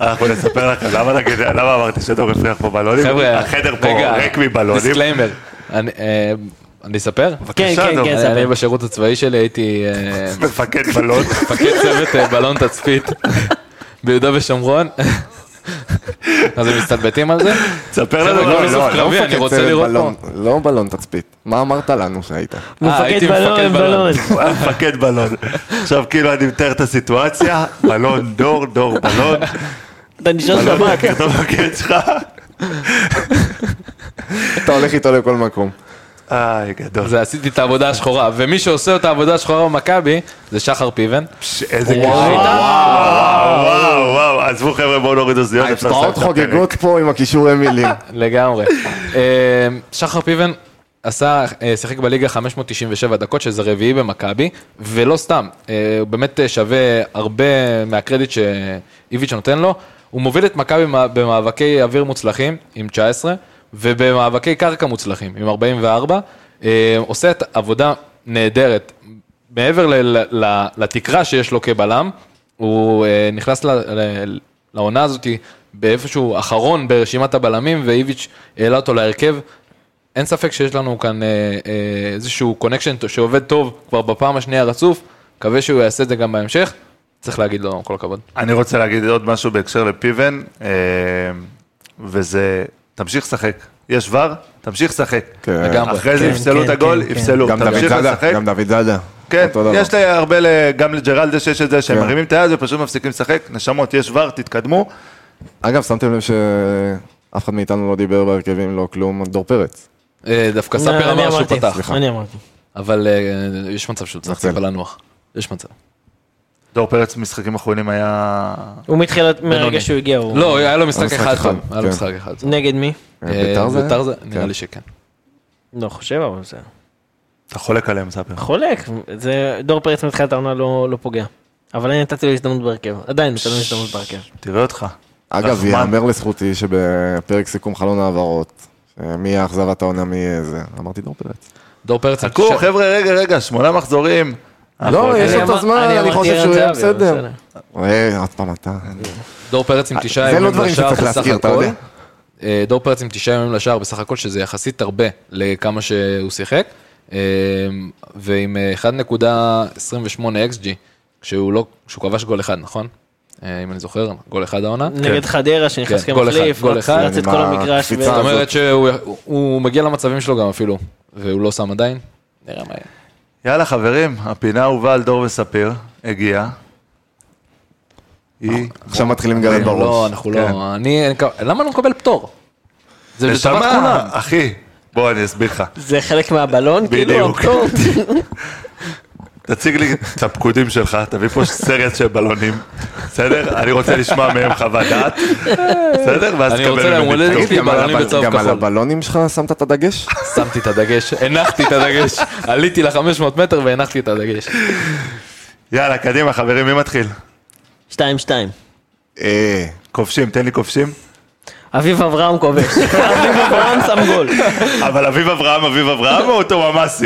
Speaker 1: אנחנו נספר לכם למה נגיד- למה אמרתי שאתה מפריח פה בלונים.
Speaker 7: חבר'ה,
Speaker 1: החדר פה
Speaker 7: רגע,
Speaker 1: ריק מבלונים.
Speaker 7: דיסקליימר. אני, אה, אני אספר?
Speaker 6: כן,
Speaker 1: בבקשה,
Speaker 6: כן,
Speaker 1: דוב.
Speaker 6: כן,
Speaker 7: אני- אני
Speaker 6: ספר.
Speaker 7: בשירות הצבאי שלי הייתי אה,
Speaker 1: מפקד בלון.
Speaker 7: מפקד צוות אה, בלון תצפית ביהודה ושומרון. *laughs* אז הם מסתלבטים על זה?
Speaker 1: תספר
Speaker 7: חבר'ה,
Speaker 1: לנו.
Speaker 7: גם
Speaker 1: לא,
Speaker 7: לסוף
Speaker 1: לא,
Speaker 7: קרב. קרבי, אני
Speaker 5: מפקד
Speaker 7: רוצה
Speaker 5: סיירת
Speaker 7: לראות
Speaker 5: בלון, לא בלון תצפית. מה אמרת לנו שהיית?
Speaker 7: אה, הייתי
Speaker 6: מפקד בלון,
Speaker 7: מפקד בלון.
Speaker 6: בלון.
Speaker 1: הוא היה לא, מפקד בלון. עכשיו כאילו אני מתאר את הסיטואציה, בלון דור, דור בלון.
Speaker 6: אתה נשאר
Speaker 1: בלון,
Speaker 6: שב"כ.
Speaker 1: אתה
Speaker 6: כן.
Speaker 1: מפקד שלך.
Speaker 5: אתה הולך איתו לכל מקום.
Speaker 1: איי, גדול.
Speaker 7: זה עשיתי את העבודה השחורה, ומי שעושה את העבודה השחורה במכבי זה שחר פיבן.
Speaker 1: ש- איזה גדול. וואו, וואו, וואו. עזבו חבר'ה, בואו נוריד אוזניות. אפשר לסיים
Speaker 5: ההפתעות
Speaker 1: את הפרק.
Speaker 5: חוגגות פה עם
Speaker 1: *laughs*
Speaker 5: הקישור מילים.
Speaker 7: לגמרי. אמ, שחר פיבן עשה, אה, שיחק בליגה 597 דקות, שזה רביעי במכבי, ולא סתם, אה, הוא באמת אה, שווה הרבה מהקרדיט שאיביץ' נותן לו. הוא מוביל את מכבי במא- במאבקי אוויר מוצלחים עם 19, ובמאבקי קרקע מוצלחים עם 44. אה, עושה את עבודה נהדרת. מעבר ל- ל- ל- לתקרה שיש לו כבלם, הוא אה, נכנס ל- ל- לעונה הזאת באיפשהו אחרון ברשימת הבלמים, ואיביץ' העלה אותו להרכב. אין ספק שיש לנו כאן אה, אה, איזשהו קונקשן שעובד טוב כבר בפעם השנייה רצוף, מקווה שהוא יעשה את זה גם בהמשך. צריך להגיד לו כל הכבוד.
Speaker 1: אני רוצה להגיד עוד משהו בהקשר לפיבן, אה, וזה, תמשיך לשחק. יש ור, תמשיך לשחק.
Speaker 5: כן.
Speaker 7: לגמרי.
Speaker 1: אחרי זה
Speaker 6: כן,
Speaker 1: יפסלו את
Speaker 6: כן,
Speaker 1: הגול,
Speaker 6: כן, כן.
Speaker 1: יפסלו.
Speaker 5: גם דוד
Speaker 1: תמשיך
Speaker 5: זאדה,
Speaker 1: לשחק.
Speaker 5: גם דוד זאדה.
Speaker 1: כן,
Speaker 5: אותו דבר.
Speaker 1: יש לי הרבה, ל- גם לג'רלדה שיש את זה, שהם
Speaker 5: כן.
Speaker 1: מרימים את היד ופשוט מפסיקים לשחק. נשמות, יש ור, תתקדמו.
Speaker 5: אגב, שמתם לב שאף אחד מאיתנו לא דיבר בהרכבים, לא כלום, דור פרץ.
Speaker 7: אה, דווקא
Speaker 6: אני
Speaker 7: ספיר אמר שהוא
Speaker 6: אמרתי,
Speaker 7: פתח,
Speaker 6: אני אמרתי.
Speaker 7: אבל אה, יש מצב שהוא צריך
Speaker 5: נחזיר.
Speaker 7: טיפה לנוח. יש מצב.
Speaker 1: דור פרץ משחקים אחרונים היה...
Speaker 6: הוא מתחילת,
Speaker 7: בינוני.
Speaker 6: מרגע שהוא הגיע, הוא...
Speaker 7: לא, היה לו משחק
Speaker 5: משחק
Speaker 7: אחד
Speaker 5: אחד,
Speaker 7: פעם. היה לו
Speaker 5: כן.
Speaker 7: משחק אחד.
Speaker 6: נגד מי?
Speaker 7: אה,
Speaker 5: ביתר זה?
Speaker 7: ביתר זה? נראה
Speaker 5: כן.
Speaker 7: לי שכן.
Speaker 6: לא חושב, אבל זה...
Speaker 1: אתה חולק עליהם, ספיר.
Speaker 6: חולק, זה... דור פרץ מתחילת העונה לא לא פוגע. אבל אני נתתי לו הזדמנות בהרכב. עדיין נתתי לו הזדמנות בהרכב.
Speaker 1: תראה אותך.
Speaker 5: אגב,
Speaker 1: רחמן.
Speaker 5: ייאמר לזכותי שבפרק סיכום חלון העברות, אה, מי יהיה אכזבת העונה, מי יהיה זה, אמרתי דור פרץ.
Speaker 7: דור פרץ, אני
Speaker 1: חכו,
Speaker 7: חושב-
Speaker 1: חבר'ה, רגע, רגע, שמונה מחזורים.
Speaker 7: אה, אוקיי.
Speaker 1: אנחנו-
Speaker 5: לא, יש
Speaker 6: אני
Speaker 5: לו את
Speaker 6: אמר-
Speaker 5: הזמן, אני
Speaker 6: אמרתי
Speaker 5: חושב
Speaker 6: ערן
Speaker 5: שהוא יהיה
Speaker 6: זהבי, אבל
Speaker 5: בסדר.
Speaker 6: בסדר.
Speaker 5: אה, עוד פעם אתה.
Speaker 7: דור פרץ עם תשעה
Speaker 5: זה לא
Speaker 7: ימים
Speaker 5: דברים
Speaker 7: לשער
Speaker 5: שצריך
Speaker 7: בסך
Speaker 5: להזכיר, אתה
Speaker 7: הכל.
Speaker 5: יודע?
Speaker 7: אה, דור פרץ עם תשעה ימים לשער בסך הכל, שזה יחסית הרבה לכמה שהוא שיחק. אה, ועם אה, 1.28 XG, כשהוא לא, כשהוא כבש גול אחד, נכון? אה, אם אני זוכר, גול אחד
Speaker 5: אה,
Speaker 7: העונה.
Speaker 6: נגד חדרה שנכנס
Speaker 7: כן, גול אחד,
Speaker 6: כמחליף,
Speaker 7: גול
Speaker 6: רץ
Speaker 7: אחד.
Speaker 6: רץ את
Speaker 5: עם
Speaker 6: כל המגרש.
Speaker 5: הקפיצה
Speaker 6: ו-
Speaker 7: זאת
Speaker 5: הזאת.
Speaker 7: אומרת שהוא הוא- הוא מגיע למצבים שלו גם אפילו, והוא לא שם עדיין. נראה מה יהיה.
Speaker 1: יאללה, חברים, הפינה האהובה על דור וספיר הגיעה. היא...
Speaker 7: אה,
Speaker 5: עכשיו מתחילים לגרד
Speaker 7: אנחנו לא,
Speaker 5: בראש.
Speaker 7: אנחנו
Speaker 1: כן.
Speaker 7: לא, אני, אני- למה אני לא מקבל פטור? זה לטובת
Speaker 1: נשמה,
Speaker 7: כולם.
Speaker 1: אחי, בוא אני אסביר לך.
Speaker 6: זה חלק מהבלון? כאילו,
Speaker 1: בדיוק.
Speaker 6: הפטור?
Speaker 1: *laughs* תציג לי את הפקודים שלך, תביא פה סרט של בלונים, בסדר? אני רוצה לשמוע מהם חוות דעת, בסדר? ואז
Speaker 7: אני
Speaker 1: תקבל
Speaker 7: רוצה
Speaker 1: ממני
Speaker 7: ליום הולדת
Speaker 1: פטור.
Speaker 7: שלי.
Speaker 5: גם על
Speaker 7: בלונים
Speaker 5: הבל-
Speaker 7: בצהוב
Speaker 5: גם על
Speaker 7: כחול.
Speaker 5: הבלונים שלך שמת את הדגש?
Speaker 7: שמתי את הדגש, הנחתי את הדגש, עליתי ל-500 מטר והנחתי את הדגש.
Speaker 1: יאללה, קדימה, חברים, מי מתחיל?
Speaker 6: שתיים, שתיים.
Speaker 5: אה,
Speaker 1: כובשים, תן לי כובשים.
Speaker 6: אביב אברהם כובש. *laughs* אביב אברהם שם גול.
Speaker 1: אבל אביב אברהם, אביב אברהם או אותו ממ"סי?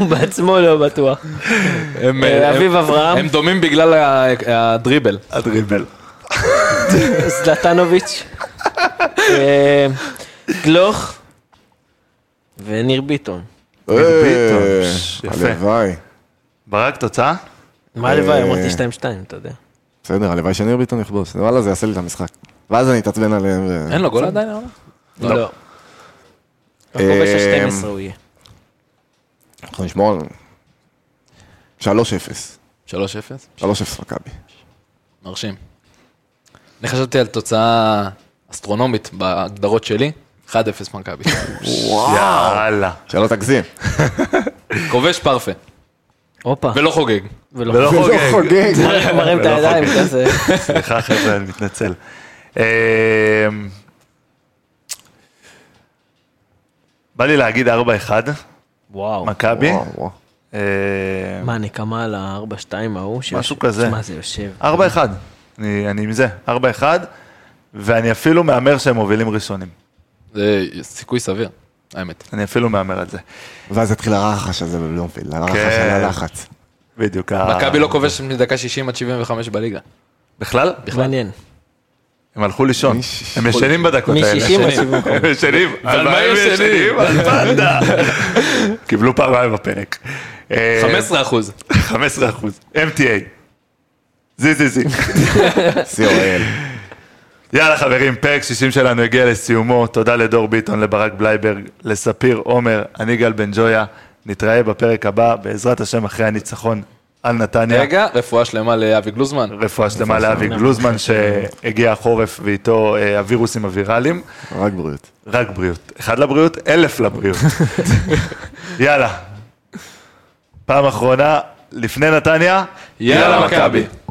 Speaker 6: הוא *laughs* בעצמו לא בטוח.
Speaker 7: הם,
Speaker 6: אה,
Speaker 7: הם-
Speaker 6: אביב אברהם.
Speaker 7: הם דומים בגלל ה- הדריבל.
Speaker 1: *laughs* הדריבל.
Speaker 6: זלטנוביץ'. אה, גלוך. וניר ביטון.
Speaker 5: אה,
Speaker 1: ביטון, יפה.
Speaker 5: הלוואי.
Speaker 1: ברק, תוצאה?
Speaker 6: מה הלוואי?
Speaker 5: אה.
Speaker 6: אמרתי שתיים, שתיים, אתה יודע.
Speaker 5: בסדר, הלוואי שניר ביטון יכבוש. וואלה, זה יעשה לי את המשחק. ואז אני אתעצבן עליהם. אה, ו-
Speaker 7: אין לו גול עדיין העונה?
Speaker 6: לא. הכובש
Speaker 5: אה,
Speaker 6: ה-12 הוא יהיה.
Speaker 5: אנחנו נשמור על... 3-0.
Speaker 7: 3-0?
Speaker 5: 3-0 מכבי.
Speaker 7: מרשים. אני חשבתי על תוצאה אסטרונומית בהגדרות שלי, 1-0 *laughs* מכבי.
Speaker 1: יאללה.
Speaker 5: שלא תגזים.
Speaker 7: כובש פרפה,
Speaker 6: הופה.
Speaker 7: ולא חוגג.
Speaker 6: ולא.
Speaker 1: ולא *laughs* חוגג.
Speaker 5: לא חוגג.
Speaker 6: מראה- מרים את
Speaker 1: ולא
Speaker 6: הידיים
Speaker 1: חוגג.
Speaker 6: כזה.
Speaker 1: סליחה, חבר'ה, אני מתנצל. אמ, בא לי להגיד 4-1,
Speaker 6: וואו.
Speaker 1: מכבי.
Speaker 5: וואו, וואו.
Speaker 1: אמ,
Speaker 6: מה, נקמה על ה-4-2 ההוא? שיושב-
Speaker 1: משהו כזה.
Speaker 6: מה זה יושב?
Speaker 1: 4-1, אני אני עם זה, 4-1, ואני אפילו מהמר שהם מובילים ראשונים.
Speaker 7: זה סיכוי סביר, האמת.
Speaker 1: אני אפילו מהמר על זה.
Speaker 5: ואז התחיל הרחש הזה בבלומפילד. הרחש
Speaker 1: כן.
Speaker 5: של הלחץ.
Speaker 1: בדיוק. ה-
Speaker 7: מכבי לא כובש מדקה 60 עד 75 בליגה.
Speaker 1: בכלל?
Speaker 6: מעניין.
Speaker 1: הם הלכו לישון.
Speaker 5: מישהו-
Speaker 1: הם ישנים בדקות האלה.
Speaker 6: מ-60 עד 75.
Speaker 1: הם ישנים. על
Speaker 7: מה
Speaker 1: מה הם
Speaker 7: הם ישנים?
Speaker 1: ישנים? על פנדה. קיבלו פעמיים בפרק. אה,
Speaker 7: 15 אחוז.
Speaker 1: 15 אחוז. MTA. זי זי זי.
Speaker 5: COL.
Speaker 1: יאללה חברים, פרק 60 שלנו הגיע לסיומו. תודה לדור ביטון, לברק בלייברג, לספיר עומר, אני גל בן ג'ויה. נתראה בפרק הבא, בעזרת השם, אחרי הניצחון על נתניה.
Speaker 7: רגע, רפואה שלמה לאבי גלוזמן.
Speaker 1: רפואה שלמה לאבי גלוזמן, שהגיע החורף ואיתו אה, הווירוסים הוויראליים.
Speaker 5: רק בריאות.
Speaker 1: רק בריאות. אחד לבריאות, אלף *laughs* לבריאות. יאללה. פעם אחרונה, לפני נתניה,
Speaker 7: יאללה מכבי.